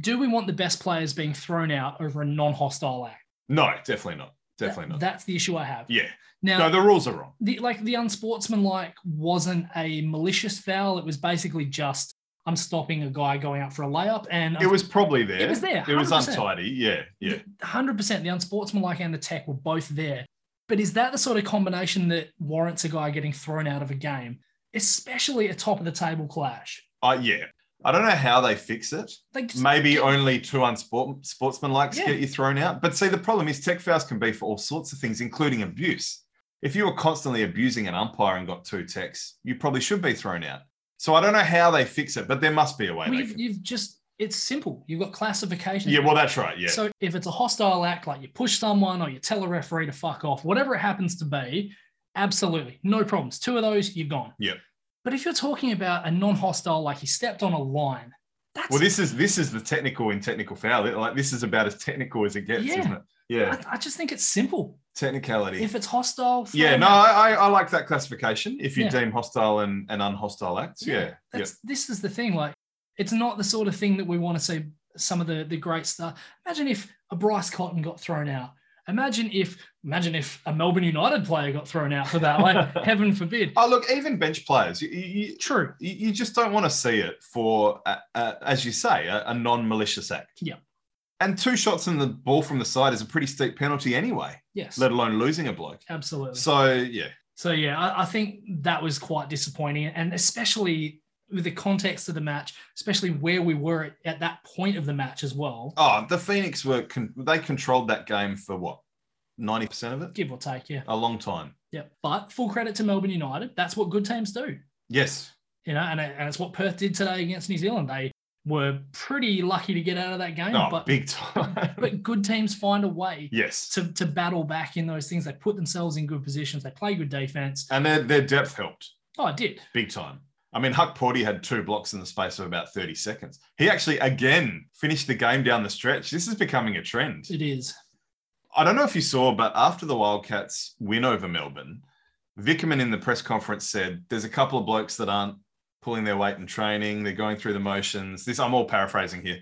do we want the best players being thrown out over a non-hostile act?
no, definitely not. Definitely
That-
not.
That's the issue I have.
yeah.
Now,
no, the rules are wrong.
the, like the unsportsmanlike wasn't a malicious foul. It was basically just I'm stopping a guy going out for a layup, and
It was probably there.
was there,
It was
100%.
untidy. Yeah. Yeah.
100 percent the unsportsmanlike and the tech were both there. But is that the sort of combination that warrants a guy getting thrown out of a game, especially a top of the table clash?
Uh, yeah. I don't know how they fix it.
Like just-
Maybe only two unsport sportsman likes
Yeah.
get you thrown out. But see, the problem is tech fouls can be for all sorts of things, including abuse. If you were constantly abusing an umpire and got two techs, you probably should be thrown out. So I don't know how they fix it, but there must be a way.
Well,
they
you've,
can-
you've just it's simple. You've got classification.
Yeah, well, that's right. Yeah.
So if it's a hostile act, like you push someone or you tell a referee to fuck off, whatever it happens to be, absolutely no problems. Two of those, you're gone.
Yep.
But if you're talking about a non-hostile, like he stepped on a line, that's
well, this is this is the technical in technical foul. Like this is about as technical as it gets,
Yeah.
isn't it? Yeah.
I, I just think it's simple.
Technicality.
If it's hostile, throw
yeah,
it
no,
out.
I, I I like that classification. If you
Yeah.
deem hostile and, and unhostile acts, yeah, yeah.
that's this is the thing. Like, it's not the sort of thing that we want to see. Some of the the great stuff. Imagine if a Bryce Cotton got thrown out. Imagine if imagine if a Melbourne United player got thrown out for that. Like, heaven forbid.
Oh, look, even bench players, you, you,
True.
you you just don't want to see it for, uh, uh, as you say, a, a non malicious act.
Yeah.
And two shots in the ball from the side is a pretty steep penalty anyway,
Yes.
let alone losing a bloke.
Absolutely. So,
So, yeah.
yeah, I, I think that was quite disappointing, and especially with the context of the match, especially where we were at, at that point of the match as well,
Oh, the Phoenix were, con- they controlled that game for what, 90% of it?
give or take. Yeah,
A long time.
yeah. But full credit to Melbourne United. That's what good teams do,
Yes.
you know, and, it- and it's what Perth did today against New Zealand. They were pretty lucky to get out of that game,
Oh,
but
big time.
but good teams find a way
yes.
to to battle back in those things. They put themselves in good positions. They play good defense.
And their, their depth helped
Oh, it did.
big time. I mean, Huck Porty had two blocks in the space of about 30 seconds. He actually, again, finished the game down the stretch. This is becoming a trend.
It is.
I don't know if you saw, but after the Wildcats win over Melbourne, Vickerman in the press conference said, There's a couple of blokes that aren't pulling their weight in training. They're going through the motions. This, I'm all paraphrasing here.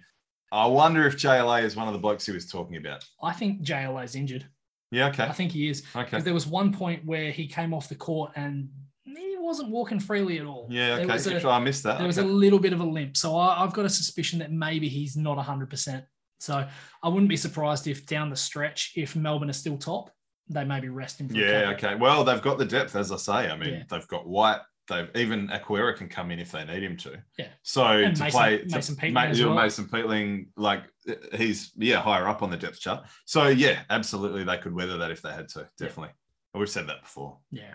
I wonder if JLA is one of the blokes he was talking about.
I think JLA is injured.
Yeah, okay.
I think he is.
Okay.
Because there was one point where he came off the court and he wasn't walking freely at all.
Yeah,
There
okay.
was a-
Sure, I missed that.
there was a
Okay.
little bit of a limp. So I, I've got a suspicion that maybe he's not 100%. So I wouldn't be surprised if down the stretch, if Melbourne are still top, they maybe rest him. For a
yeah,
couple.
okay. Well, they've got the depth, as I say. I mean,
Yeah.
they've got White. They've even Aquera can come in if they need him to.
Yeah.
So
And
to
Mason-
play to-
Mason Peetling
Ma-
as
yeah,
well.
Mason Peetling, like uh, he's yeah higher up on the depth chart. So yeah, absolutely, they could weather that if they had to. Definitely, we've said that before.
Yeah.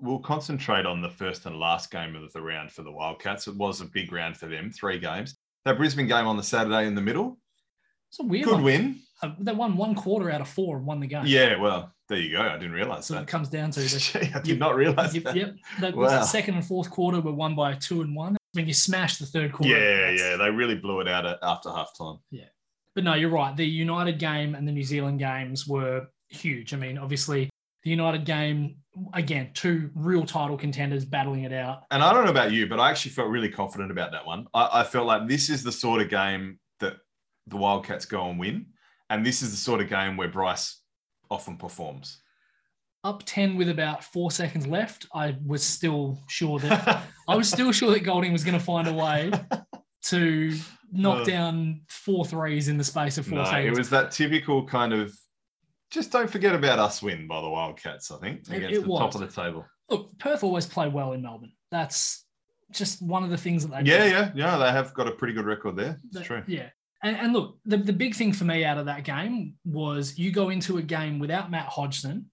We'll concentrate on the first and last game of the round for the Wildcats. It was a big round for them, three games. That Brisbane game on the Saturday in the middle
It's a weird
could
one.
win.
Uh, They won one quarter out of four and won the game.
Yeah, well, there you go. I didn't realize
So it
that.
comes down to the
Gee, I
you-
did not realize
Yep,
that.
yep. The, the
Wow.
second and fourth quarter were won by two and one. When you smash the third quarter,
Yeah,
that's-
yeah, they really blew it out at, after halftime.
But no, you're right. The United game and the New Zealand games were huge. I mean, obviously, the United game again, two real title contenders battling it out.
And I don't know about you, but I actually felt really confident about that one. I, I felt like this is the sort of game that the Wildcats go and win, and this is the sort of game where Bryce often performs.
Up ten with about four seconds left, I was still sure that I was still sure that Golding was going to find a way to knock
Ugh.
down four threes in the space of four
no,
seconds.
it was that typical kind of just don't forget about us win by the Wildcats. I think
It-
against
it
the top
was.
of the table.
Look, Perth always play well in Melbourne. That's just one of the things that they do.
Yeah, yeah, yeah. They have got a pretty good record there. It's
That-
true.
Yeah. And, and look, the, the big thing for me out of that game was you go into a game without Matt Hodgson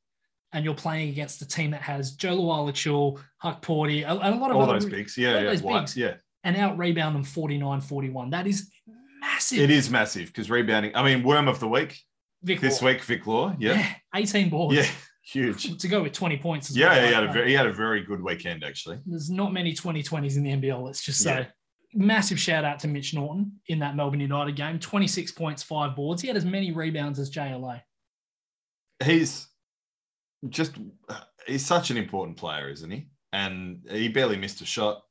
and you're playing against a team that has Joe Lualachul, Huck Porty, and a lot of
All
other,
those bigs, yeah,
all
yeah,
those
White,
bigs.
yeah.
and out rebound them 49 41. That is massive.
It is massive because rebounding. I mean, worm of the week
Vic
this
Law.
week, Vic Law. Yeah,
18 boards
yeah, huge.
to go with 20 points. as
Yeah,
well.
he had a
Like,
very, he had a very good weekend actually.
There's not many 2020s in the NBL. Let's just say.
Yeah.
Massive shout out to Mitch Norton in that Melbourne United game. 26 points, five boards. He had as many rebounds as JLA.
He's just he's such an important player, isn't he? And he barely missed a shot.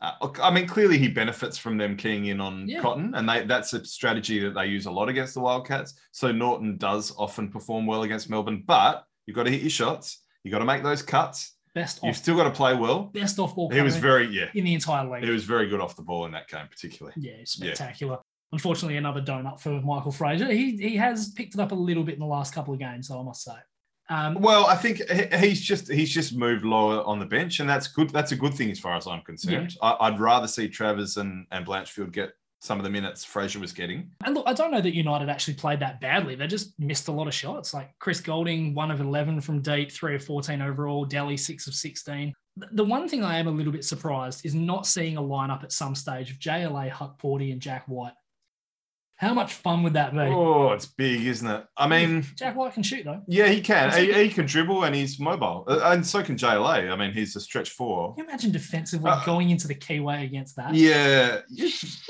Uh, look, I mean, clearly he benefits from them keying in on
Yeah.
Cotton, and they, that's a strategy that they use a lot against the Wildcats. So Norton does often perform well against Melbourne, but you've got to hit your shots. You've got to make those cuts.
Best
You've
off,
still got to play well.
best off ball.
He was
coverage.
very, yeah,
in the entire league.
he was very good off the ball in that game, particularly.
yeah, spectacular. Unfortunately, another donut for Michael Fraser. He he has picked it up a little bit in the last couple of games, so I must say. Um,
Well, I think he- he's just he's just moved lower on the bench, and that's good. That's a good thing as far as I'm concerned. I, I'd rather see Travers and and Blanchfield get some of the minutes Fraser was getting.
and look, I don't know that United actually played that badly. They just missed a lot of shots. Like Chris Golding, one of eleven from deep, three of fourteen overall. Delhi, six of sixteen. The- The one thing I am a little bit surprised is not seeing a lineup at some stage of JLA, Huck Porty, and Jack White. How much fun would that be?
Oh, it's big, isn't it? I mean,
Jack White can shoot though.
yeah, he can.
It's like-
He, he can dribble and he's mobile, Uh, and so can JLA. I mean, he's a stretch four.
Can you imagine defensively
Uh,
going into the keyway against that?
Yeah,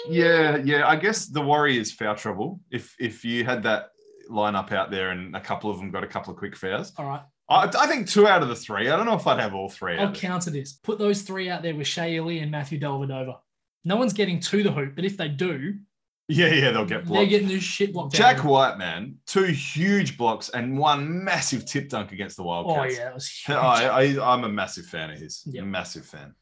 yeah, yeah. I guess the worry is foul trouble. If if you had that lineup out there and a couple of them got a couple of quick fouls,
All right.
I, I think two out of the three. I don't know if I'd have all three. out
I'll
of
counter this. Put those three out there with Shea Ely and Matthew Dellavedova. No one's getting to the hoop, but if they do,
Yeah, yeah, they'll get
they're
blocked.
getting this shit blocked.
Jack
out.
White, man, two huge blocks and one massive tip dunk against the
Oh
Wildcats.
yeah, it was huge.
I, I, I'm a massive fan of his.
Yep.
Massive fan.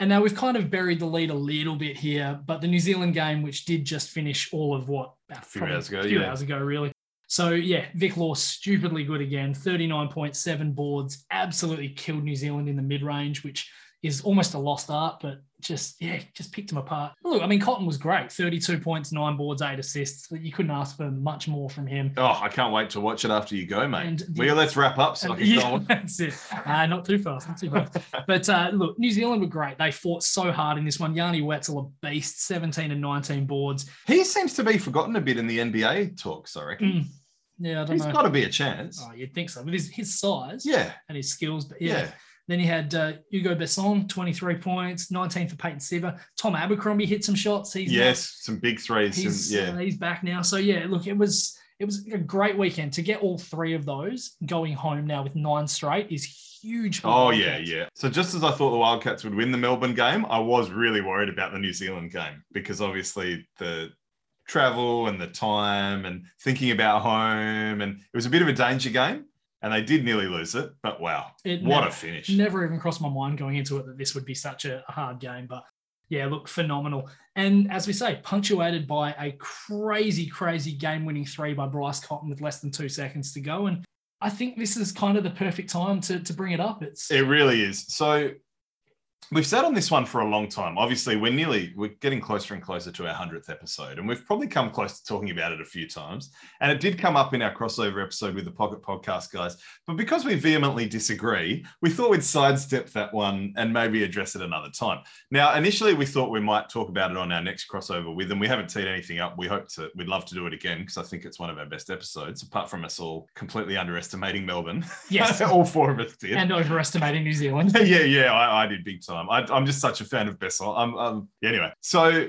And now we've kind of buried the lead a little bit here, but the New Zealand game, which did just finish all of what about
Few
probably
hours ago,
a few
yeah.
hours ago, really. So yeah, Vic Law stupidly good again, thirty nine point seven boards, absolutely killed New Zealand in the mid range, which is almost a lost art, but just yeah, just picked them apart. Look, I mean, Cotton was great, thirty two points, nine boards, eight assists. You couldn't ask for much more from him.
Oh, I can't wait to watch it after you go, mate.
And the-
well, let's wrap up so I
And-
can go
yeah,
on.
that's it. Uh, not too fast, not too fast. But uh, look, New Zealand were great. They fought so hard in this one. Yanni Wetzel, a beast, 17 and 19 boards.
He seems to be forgotten a bit in the NBA talks, I reckon.
Mm. Yeah, I don't
He's
know.
got to be a chance.
oh, you'd think so. With his, his size
Yeah,
and his skills. But yeah.
yeah.
Then you had uh, Hugo Besson, 23 points, 19 for Peyton Siver. Tom Abercrombie hit some shots. He's now-
yes, some big threes. some-
he's,
yeah.
uh, he's back now. So yeah, look, it was it was a great weekend to get all three of those going home now with nine straight is huge. for the
Oh yeah,
Wildcats.
yeah. So just as I thought the Wildcats would win the Melbourne game, I was really worried about the New Zealand game because obviously the travel and the time and thinking about home and it was a bit of a danger game and they did nearly lose it, but wow.
It
what
never-
a finish.
Never even crossed my mind going into it that this would be such a, a hard game, but yeah, look, phenomenal. And as we say, punctuated by a crazy, crazy game winning three by Bryce Cotton with less than two seconds to go. And I think this is kind of the perfect time to, to bring it up. It's
It really is. So we've sat on this one for a long time. Obviously, we're nearly we're getting closer and closer to our hundredth episode, and we've probably come close to talking about it a few times. And it did come up in our crossover episode with the Pocket Podcast guys. But because we vehemently disagree, we thought we'd sidestep that one and maybe address it another time. Now, initially, we thought we might talk about it on our next crossover with them. We haven't teed anything up. We hope to. We'd love to do it again because I think it's one of our best episodes. Apart from us all completely underestimating Melbourne,
yes,
all four of us did
and overestimating New Zealand.
yeah, yeah, I, I did big time. I, I'm just such a fan of Bessel. I'm, um, anyway, so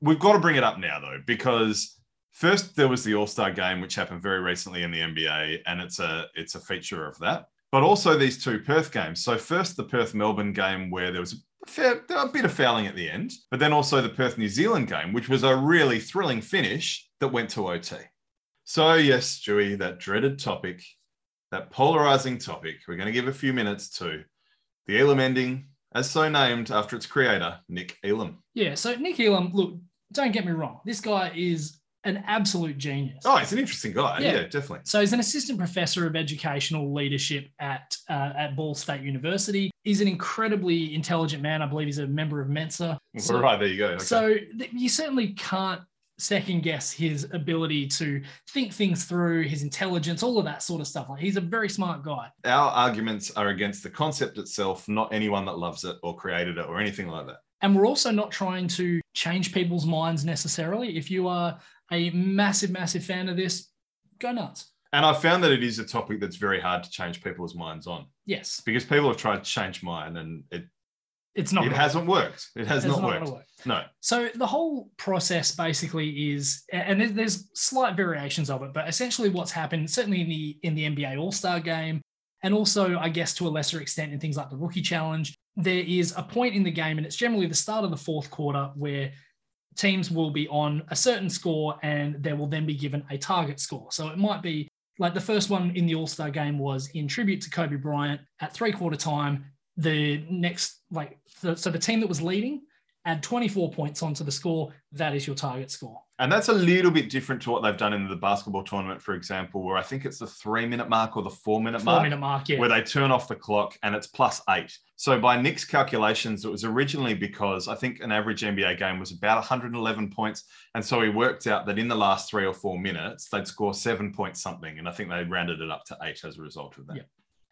we've got to bring it up now though, because first there was the All Star game, which happened very recently in the NBA, and it's a it's a feature of that. But also these two Perth games. So first the Perth Melbourne game where there was a fair a bit of fouling at the end, but then also the Perth New Zealand game, which was a really thrilling finish that went to OT. So yes, Stewie, that dreaded topic. That polarizing topic, we're going to give a few minutes to the Elam ending, as so named after its creator, Nick Elam.
Yeah, so Nick Elam, look, don't get me wrong. This guy is an absolute genius.
Oh, he's an interesting guy.
Yeah.
Yeah, definitely.
So he's an assistant professor of educational leadership at uh, at Ball State University. He's an incredibly intelligent man. I believe he's a member of Mensa. So,
All right, there you go. Okay.
so th- you certainly can't second guess his ability to think things through, his intelligence, all of that sort of stuff. Like he's a very smart guy.
Our arguments are against the concept itself, not anyone that loves it or created it or anything like that.
And we're also not trying to change people's minds necessarily. If you are a massive, massive fan of this, go nuts.
And I found that it is a topic that's very hard to change people's minds on
Yes.
because people have tried to change mine and it,
It's not
it
gonna-
hasn't worked. It has
it's
not,
gonna
worked.
work.
No.
So the whole process basically is, and there- there's slight variations of it, but essentially what's happened, certainly in the in the NBA All Star Game, and also I guess to a lesser extent in things like the Rookie Challenge, there is a point in the game, and it's generally the start of the fourth quarter where teams will be on a certain score, and they will then be given a target score. So it might be like the first one in the All Star Game was in tribute to Kobe Bryant at three quarter time. The next, like, so, so the team that was leading add 24 points onto the score. That is your target score.
And that's a little bit different to what they've done in the basketball tournament, for example, where I think it's the three minute mark or the four minute
Four
mark.
minute mark, yeah.
where they turn off the clock and it's plus eight. So by Nick's calculations, it was originally because I think an average NBA game was about 111 points. And so he worked out that in the last three or four minutes, they'd score seven points something. And I think they rounded it up to eight as a result of that.
Yeah.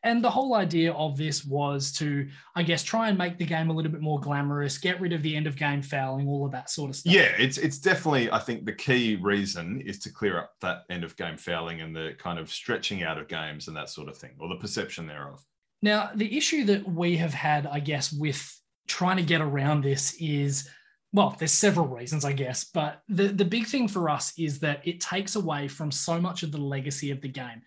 and the whole idea of this was to, I guess, try and make the game a little bit more glamorous, get rid of the end of game fouling, all of that sort of stuff.
Yeah, it's it's definitely I think the key reason is to clear up that end of game fouling and the kind of stretching out of games and that sort of thing, or the perception thereof.
Now, the issue that we have had, I guess, with trying to get around this is, well, there's several reasons, I guess, but the, the big thing for us is that it takes away from so much of the legacy of the game.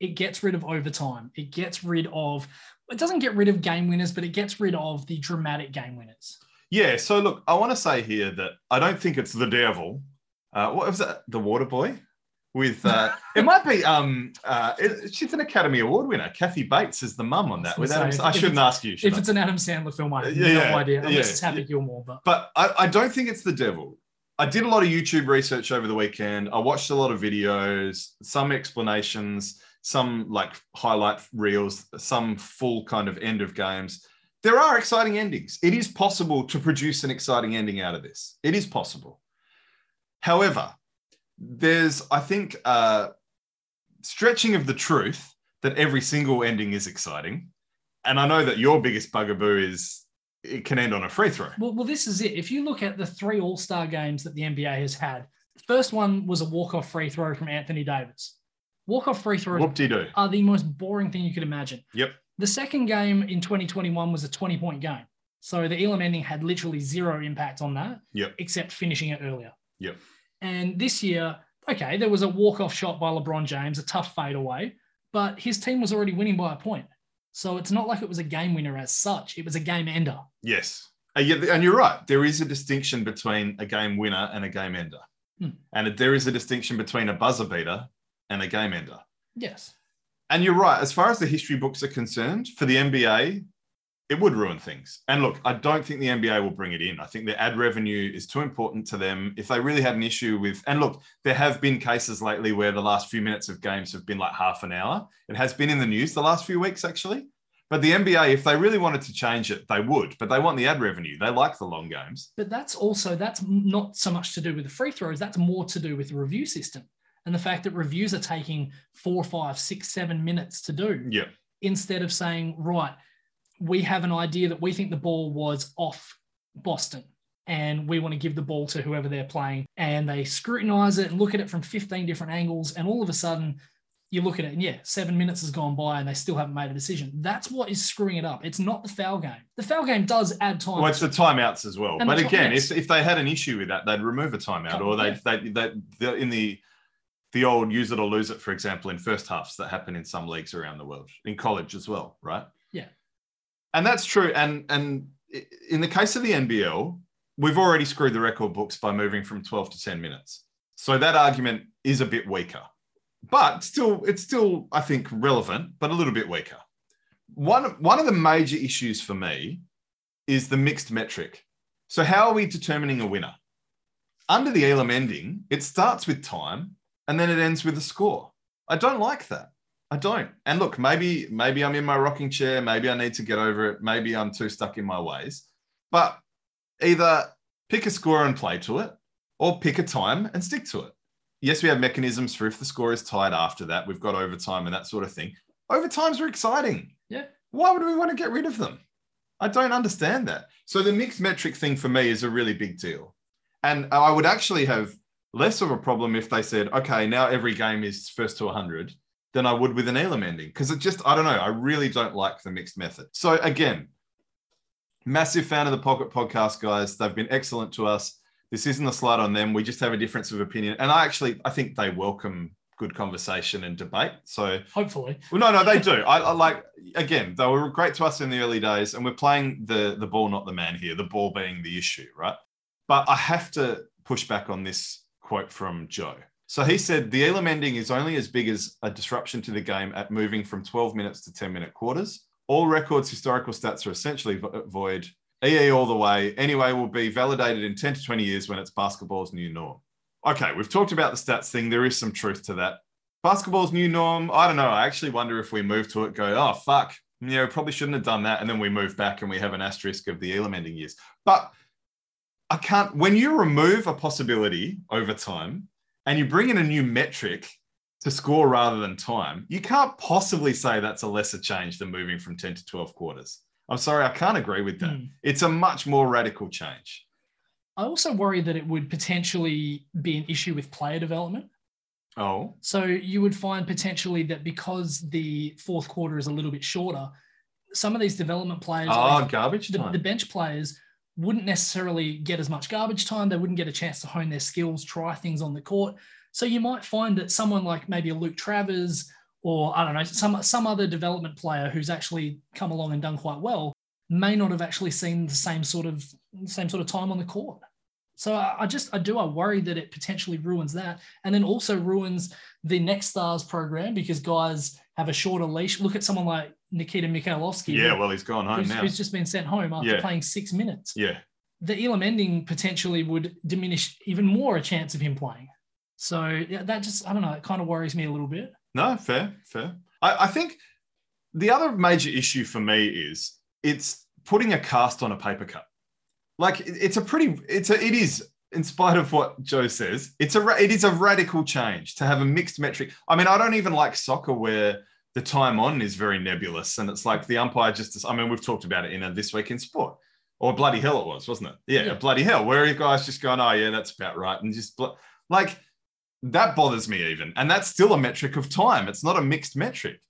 It gets rid of overtime. It gets rid of, it doesn't get rid of game winners, but it gets rid of the dramatic game winners.
Yeah. So look, I want to say here that I don't think it's the devil. Uh, what was that? The Water Boy. With uh, it might be um uh, it- she's an Academy Award winner. Kathy Bates is the mum on that.
I
With
was gonna
Adam,
say,
I
if
shouldn't ask you. Should
If
I?
it's an Adam Sandler film, I have
Yeah,
no
yeah,
idea. Unless
yeah.
it's Happy Gilmore, but
But I, I don't think it's the devil. I did a lot of YouTube research over the weekend. I watched a lot of videos, some explanations, some like highlight reels, some full kind of end of games. There are exciting endings. It is possible to produce an exciting ending out of this. It is possible. However, there's, I think, uh, stretching of the truth that every single ending is exciting. And I know that your biggest bugaboo is it can end on a free throw.
Well, well, this is it. If you look at the three All Star games that the NBA has had, the first one was a walk off free throw from Anthony Davis. Walk off free throws
Whoop de doo.
are the most boring thing you could imagine.
Yep.
The second game in 2021 was a 20 point game. So the Elam ending had literally zero impact on that,
Yep.
except finishing it earlier.
Yep.
And this year, okay, there was a walk off shot by LeBron James, a tough fadeaway, but his team was already winning by a point. So it's not like it was a game winner as such, it was a game ender.
Yes. And you- and you're right. There is a distinction between a game winner and a game ender.
Hmm.
And there is a distinction between a buzzer beater and a game ender.
Yes.
And you're right. As far as the history books are concerned, for the NBA, it would ruin things. And look, I don't think the NBA will bring it in. I think the ad revenue is too important to them. If they really had an issue with, and look, there have been cases lately where the last few minutes of games have been like half an hour. It has been in the news the last few weeks, actually. But the NBA, if they really wanted to change it, they would. But they want the ad revenue. They like the long games.
But that's also that's not so much to do with the free throws. That's more to do with the review system and the fact that reviews are taking four, five, six, seven minutes to do
Yeah.
instead of saying, right, we have an idea that we think the ball was off Boston and we want to give the ball to whoever they're playing. And they scrutinize it and look at it from 15 different angles. And all of a sudden, you look at it and yeah, seven minutes has gone by and they still haven't made a decision. That's what is screwing it up. It's not the foul game. The foul game does add time.
Well, it's the timeouts as well.
And
but
the
again,
timeouts.
if, if they had an issue with that, they'd remove a timeout, or they they they they in the the old use it or lose it, for example, in first halves that happen in some leagues around the world, in college as well, right?
Yeah.
and that's true. And and i- in the case of the NBL, we've already screwed the record books by moving from twelve to ten minutes. So that argument is a bit weaker, but still, it's still I think relevant, but a little bit weaker. One one of the major issues for me is the mixed metric. So, how are we determining a winner? Under the Elam ending, it starts with time and then it ends with a score. I don't like that. I don't. And look, maybe maybe I'm in my rocking chair, maybe I need to get over it, maybe I'm too stuck in my ways. But either pick a score and play to it or pick a time and stick to it. Yes, we have mechanisms for if the score is tied after that, we've got overtime and that sort of thing. Overtimes are exciting.
Yeah.
Why would we want to get rid of them? I don't understand that. So the mixed metric thing for me is a really big deal. And I would actually have less of a problem if they said, okay, now every game is first to 100 than I would with an Elam ending. Because it just, I don't know, I really don't like the mixed method. So again, massive fan of the Pocket Podcast, guys. They've been excellent to us. This isn't a slight on them. We just have a difference of opinion. And I actually, I think they welcome good conversation and debate. So
Hopefully.
well, no, no, they do. I, I like again. They were great to us in the early days, and we're playing the the ball, not the man here. The ball being the issue, right? But I have to push back on this quote from Joe. So he said the Elam ending is only as big as a disruption to the game at moving from 12 minutes to 10 minute quarters. All records, historical stats are essentially vo- void. EE E all the way. Anyway, will be validated in 10 to 20 years when it's basketball's new norm. Okay, we've talked about the stats thing. There is some truth to that basketball's new norm. I don't know. I actually wonder if we move to it, go, oh, fuck, you know, probably shouldn't have done that. And then we move back and we have an asterisk of the Elam ending years. But I can't, when you remove a possibility over time and you bring in a new metric to score rather than time, you can't possibly say that's a lesser change than moving from 10 to 12 quarters. I'm sorry, I can't agree with that.
Hmm.
It's a much more radical change.
I also worry that it would potentially be an issue with player development.
Oh,
So you would find potentially that because the fourth quarter is a little bit shorter, some of these development players,
oh garbage
the,
time.
the bench players, wouldn't necessarily get as much garbage time. They wouldn't get a chance to hone their skills, try things on the court. So you might find that someone like maybe a Luke Travers or I don't know some some other development player who's actually come along and done quite well may not have actually seen the same sort of same sort of time on the court. So I, I just I do I worry that it potentially ruins that, and then also ruins the Next Stars program because guys have a shorter leash. Look at someone like Nikita Mikhailovsky,
yeah, well, he's gone home
who's,
now.
who's just been sent home after
Yeah.
playing six minutes.
Yeah.
The Elam ending potentially would diminish even more a chance of him playing. So yeah, that just I don't know. It kind of worries me a little bit.
No, fair, fair. I, I think the other major issue for me is it's putting a cast on a paper cup. Like it- it's a pretty, it's a, it is. In spite of what Joe says, it's a ra- it is a radical change to have a mixed metric. I mean, I don't even like soccer where the time on is very nebulous and it's like the umpire just. I mean, we've talked about it in a this week in sport or bloody hell it was, wasn't it? Yeah,
Yeah.
bloody hell. Where you guys just going? Oh yeah, that's about right, and just bl- like that bothers me even. And that's still a metric of time. It's not a mixed metric.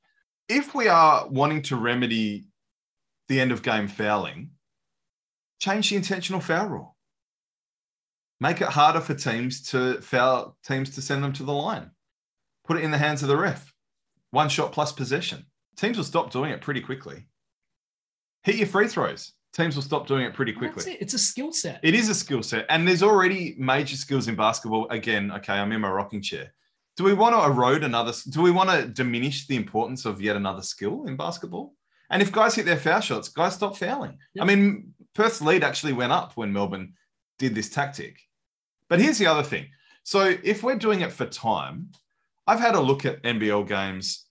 if we are wanting to remedy the end of game fouling, change the intentional foul rule. Make it harder for teams to foul teams to send them to the line. Put it in the hands of the ref. One shot plus possession. Teams will stop doing it pretty quickly. Hit your free throws. Teams will stop doing it pretty
That's
quickly.
it. It's a skill set.
It is a skill set, and there's already major skills in basketball. Again, okay, I'm in my rocking chair. Do we want to erode another? Do we want to diminish the importance of yet another skill in basketball? And if guys hit their foul shots, guys stop fouling.
Yep.
I mean, Perth's lead actually went up when Melbourne did this tactic. But here's the other thing. So if we're doing it for time, I've had a look at NBL games,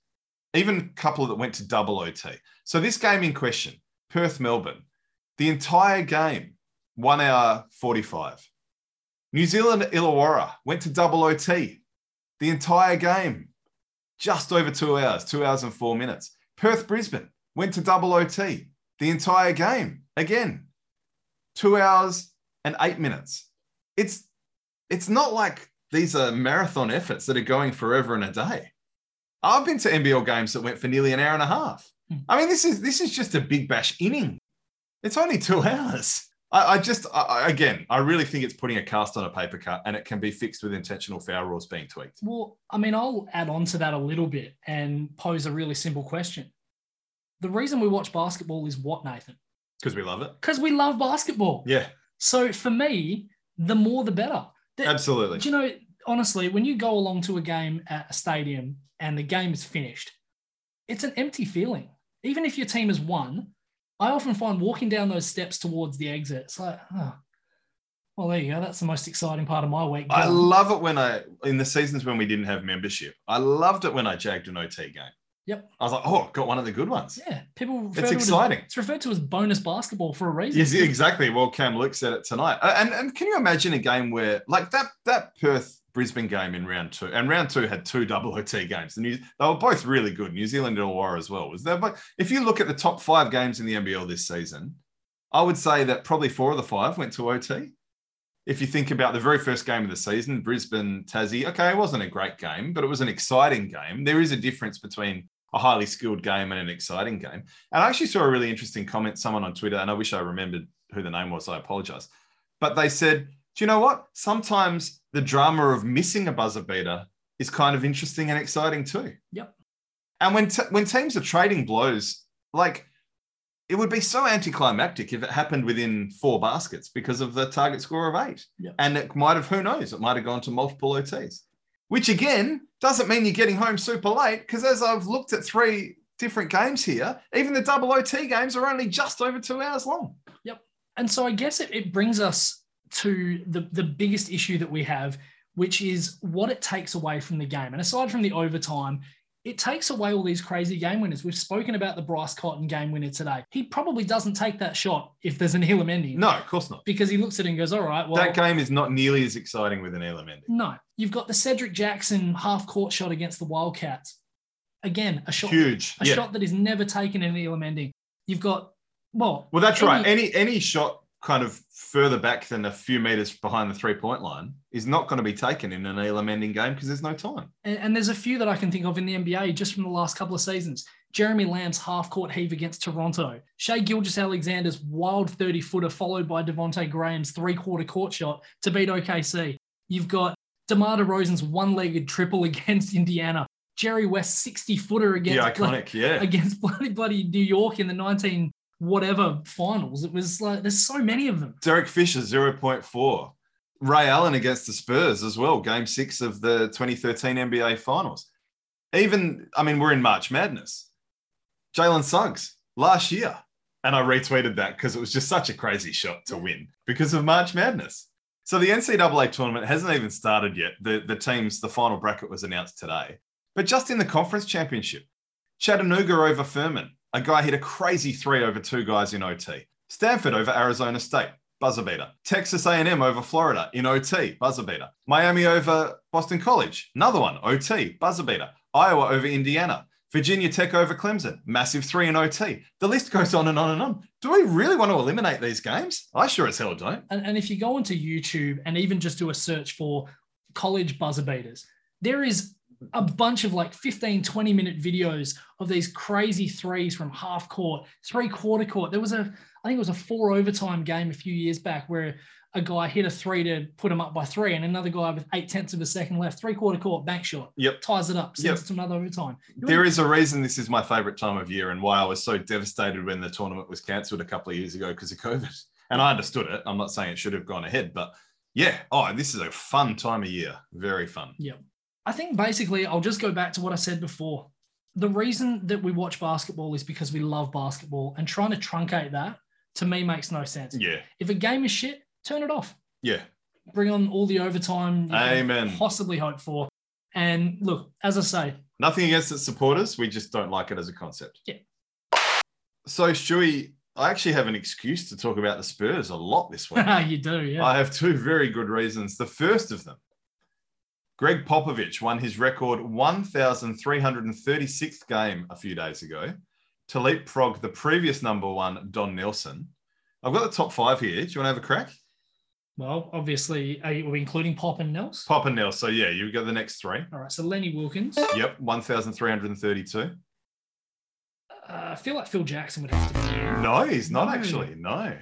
even a couple that went to double OT. So this game in question, Perth Melbourne, the entire game, one hour 45. New Zealand Illawarra went to double OT, the entire game, just over two hours, two hours and four minutes. Perth Brisbane went to double OT, the entire game, again, two hours and eight minutes. It's it's not like these are marathon efforts that are going forever and a day. I've been to NBL games that went for nearly an hour and a half.
Hmm.
I mean, this is this is just a big bash inning. It's only two hours. I, I just I, I- again, I really think it's putting a cast on a paper cut, and it can be fixed with intentional foul rules being tweaked.
Well, I mean, I'll add on to that a little bit and pose a really simple question. The reason we watch basketball is what, Nathan?
Because we love it.
Because we love basketball.
Yeah,
So for me, the more the better. The-
absolutely.
Do you know, honestly, when you go along to a game at a stadium and the game is finished, it's an empty feeling. Even if your team has won, I often find walking down those steps towards the exit, it's like, oh, well, there you go. That's the most exciting part of my week.
I
Gone.
love it when I in the seasons when we didn't have membership. I loved it when I jagged an OT game.
Yep.
I was like, oh, got one of the good ones.
yeah, people. refer
It's
to it as-
exciting.
it's referred to as bonus basketball for a reason.
Yes, exactly. Well, Cam Luke said it tonight. Uh, And and can you imagine a game where like that that Perth Brisbane game in round two and round two had two double OT games. The New, they were both really good. New Zealand and Illawarra as well was there. But if you look at the top five games in the NBL this season, I would say that probably four of the five went to OT. If you think about the very first game of the season, Brisbane Tassie, okay, it wasn't a great game, but it was an exciting game. There is a difference between a highly skilled game and an exciting game. And I actually saw a really interesting comment, someone on Twitter, and I wish I remembered who the name was. I apologize. But they said, Do you know what? Sometimes the drama of missing a buzzer beater is kind of interesting and exciting too.
Yep.
And when, t- when teams are trading blows, like it would be so anticlimactic if it happened within four baskets because of the target score of eight.
Yep.
And it might have, who knows, it might have gone to multiple OTs, which again doesn't mean you're getting home super late because as I've looked at three different games here, even the double OT games are only just over two hours long.
and so I guess it, it brings us to the, the biggest issue that we have, which is what it takes away from the game. And aside from the overtime, it takes away all these crazy game winners. We've spoken about the Bryce Cotton game winner today. He probably doesn't take that shot if there's an Elam ending
No, of course not.
because he looks at it and goes, all right, well,
that game is not nearly as exciting with an element.
no. You've got the Cedric Jackson half court shot against the Wildcats. Again, a shot,
Huge.
a
yeah.
shot that is never taken in an Elam ending. You've got, well,
Well, that's
Any-
right. Any any shot kind of further back than a few meters behind the three point line is not going to be taken in an Elam ending game because there's no time.
and, and there's a few that I can think of in the NBA just from the last couple of seasons. Jeremy Lamb's half court heave against Toronto, Shea Gilgis Alexander's wild 30 footer, followed by Devontae Graham's three quarter court shot to beat OKC. You've got DeMar DeRozan's one legged triple against Indiana, Jerry West's 60 footer against,
yeah, iconic. Yeah.
against bloody, bloody New York in the 19 whatever finals. It was like, there's so many of them.
Derek Fisher, 0.4. Ray Allen against the Spurs as well, game six of the 2013 NBA Finals. Even, I mean, we're in March Madness. Jalen Suggs last year. And I retweeted that because it was just such a crazy shot to win because of March Madness. So the NCAA tournament hasn't even started yet. The, the teams, the final bracket was announced today. But just in the conference championship, Chattanooga over Furman. A guy hit a crazy three over two guys in OT. Stanford over Arizona State, buzzer beater. Texas A&M over Florida in OT, buzzer beater. Miami over Boston College, another one, OT, buzzer beater. Iowa over Indiana. Virginia Tech over Clemson, massive three in OT. The list goes on and on and on. Do we really want to eliminate these games? I sure as hell don't.
And, and if you go onto YouTube and even just do a search for college buzzer beaters, there is a bunch of like 15, 20 minute videos of these crazy threes from half court, three quarter court. There was a, I think it was a four overtime game a few years back where a guy hit a three to put him up by three, and another guy with eight tenths of a second left, three quarter court, bank shot,
Yep.
ties it up, sends
Yep.
it to another overtime. You
There is a reason this is my favorite time of year and why I was so devastated when the tournament was cancelled a couple of years ago because of COVID. And I understood it. I'm not saying it should have gone ahead, but yeah. Oh, this is a fun time of year. Very fun.
I think basically I'll just go back to what I said before. The reason that we watch basketball is because we love basketball, and trying to truncate that to me makes no sense.
Yeah.
If a game is shit, turn it off.
Yeah.
Bring on all the overtime you can
Amen.
possibly hope for. And look, as I say,
Nothing against its supporters. We just don't like it as a concept.
Yeah.
So, Stewie, I actually have an excuse to talk about the Spurs a lot this week.
you do, yeah.
I have two very good reasons. The first of them, Greg Popovich won his record 1,336th game a few days ago to leapfrog the previous number one, Don Nelson. I've got the top five here. Do you want to have a crack?
well, obviously, are we including Pop and Nels?
Pop and Nelson. So, yeah, you've got the next three.
All right, so Lenny Wilkins.
Yep, 1,332.
Uh, I feel like Phil Jackson would have to be.
No, he's not
No.
actually. No.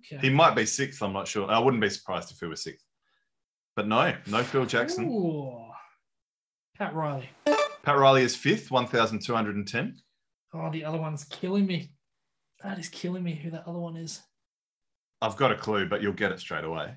Okay.
He might be sixth. I'm not sure. I wouldn't be surprised if he was sixth. But no, no Phil Jackson.
Ooh. Pat Riley.
Pat Riley is fifth, 1,210.
Oh, the other one's killing me. That is killing me who that other one is.
I've got a clue, but you'll get it straight away.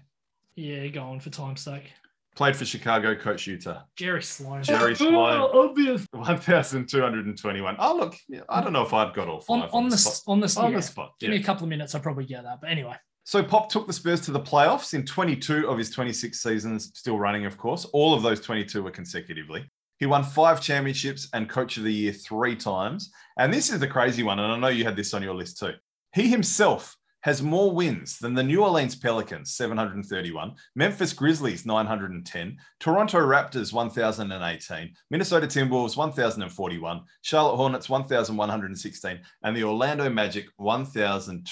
Yeah, go on for time's sake.
Played for Chicago, coach Utah.
Jerry Sloan.
Jerry
Oh,
Sloan.
obvious.
1,221. Oh, look, yeah, I don't know if I've got all
On,
five.
on the,
spot.
s- on the, s-
On
yeah.
the spot.
Give
yeah.
me a couple of minutes, I'll probably get that. But anyway,
So Pop took the Spurs to the playoffs in 22 of his 26 seasons, still running, of course. All of those 22 were consecutively. He won five championships and coach of the year three times. And this is the crazy one. And I know you had this on your list too. He himself has more wins than the New Orleans Pelicans, 731, Memphis Grizzlies, 910, Toronto Raptors, 1,018, Minnesota Timberwolves, 1,041, Charlotte Hornets, 1,116, and the Orlando Magic,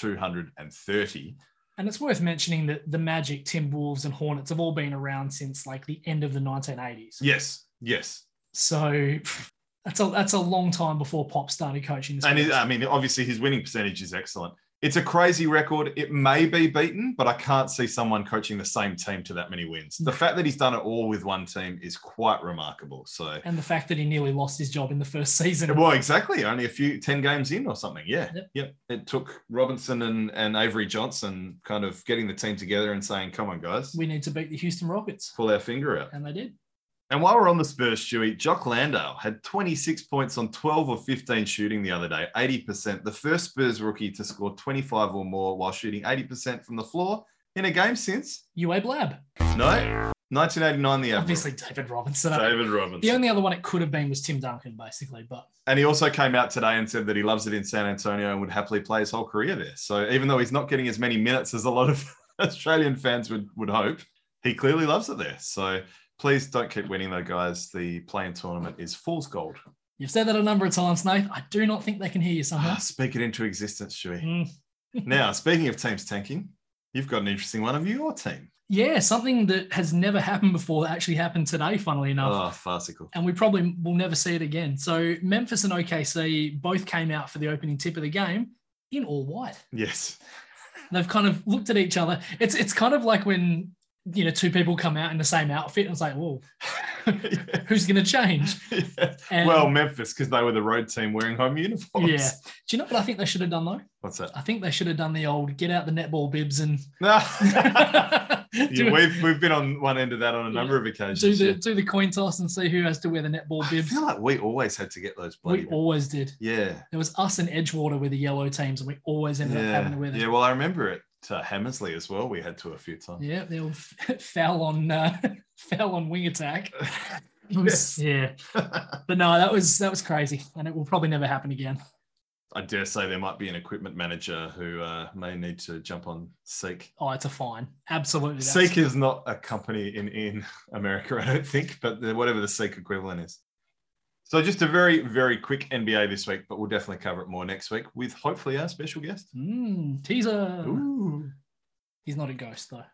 1,230.
and it's worth mentioning that the Magic, Tim Wolves, and Hornets have all been around since like the end of the 1980s.
Yes, yes,
So that's a that's a long time before Pop started coaching this.
and it, I
um,
mean, obviously, his winning percentage is excellent. It's a crazy record. It may be beaten, but I can't see someone coaching the same team to that many wins. The fact that he's done it all with one team is quite remarkable. So,
and the fact that he nearly lost his job in the first season.
well, exactly, only a few ten games in or something. Yeah,
Yep.
yep. It took Robinson and and Avery Johnson kind of getting the team together and saying, "Come on, guys,
We need to beat the Houston Rockets.
pull our finger out."
And they did.
And while we're on the Spurs, Stewie, Jock Landale had 26 points on 12 or 15 shooting the other day, 80%. The first Spurs rookie to score 25 or more while shooting 80% from the floor in a game since?
UA Blab.
No. 1989, the average.
Obviously, David Robinson.
David Robinson.
The only other one it could have been was Tim Duncan, basically. But
And he also came out today and said that he loves it in San Antonio and would happily play his whole career there. So even though he's not getting as many minutes as a lot of Australian fans would, would hope, he clearly loves it there. So please don't keep winning, though, guys. The playing tournament is fool's gold.
you've said that a number of times, Nate. I do not think they can hear you somehow.
Ah, Speak it into existence, Stewie.
Uh-huh. Mm.
now, speaking of teams tanking, you've got an interesting one of your team.
Yeah, something that has never happened before that actually happened today, funnily enough.
Oh, farcical.
and we probably will never see it again. So Memphis and OKC both came out for the opening tip of the game in all white.
Yes.
They've kind of looked at each other. It's it's kind of like when you know two people come out in the same outfit and it's like, whoa, who's going to change?
Yes.
And-
Well, Memphis, because they were the road team wearing home uniforms.
Yeah. Do you know what I think they should have done though?
What's that?
I think they should have done the old get out the netball bibs and
No.
do,
Yeah, we've, we've been on one end of that on a number of
do
occasions.
the
yeah.
do the coin toss and see who has to wear the netball
I
bibs.
feel like we always had to get those bloody.
We always did.
yeah.
There was us and Edgewater were the yellow teams, and we always ended up having
Yeah.
to wear them.
yeah. Well, I remember it to Hammersley as well. We had to a few times.
Yeah, they all f- fell on uh, fell on wing attack. It was- Yeah, but no, that was that was crazy, and it will probably never happen again.
I dare say there might be an equipment manager who uh, may need to jump on Seek.
Oh, it's a fine, absolutely. that's-
Seek is not a company in, in America, I don't think, but the, whatever the Seek equivalent is. So just a very, very quick NBA this week, but we'll definitely cover it more next week with hopefully our special guest.
Mm, teaser.
Ooh.
He's not a ghost though.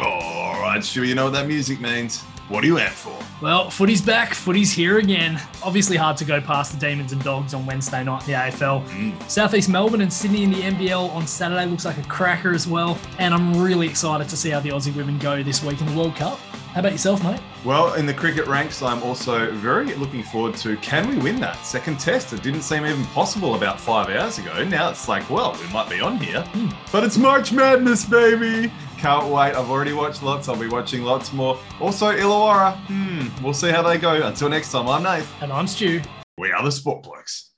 All right, sure, you know what that music means. What are you out for?
Well, footy's back, footy's here again. Obviously, hard to go past the Demons and Dogs on Wednesday night in the AFL.
Mm.
Southeast Melbourne and Sydney in the NBL on Saturday looks like a cracker as well. And I'm really excited to see how the Aussie women go this week in the World Cup. How about yourself, mate?
Well, in the cricket ranks, I'm also very looking forward to can we win that second test? It didn't seem even possible about five hours ago. Now it's like, well, we might be on here.
Hmm.
But it's March Madness, baby! Can't wait. I've already watched lots. I'll be watching lots more. Also, Illawarra. Hmm, we'll see how they go. Until next time, I'm Nate.
And I'm Stu.
We are the Sport Blokes.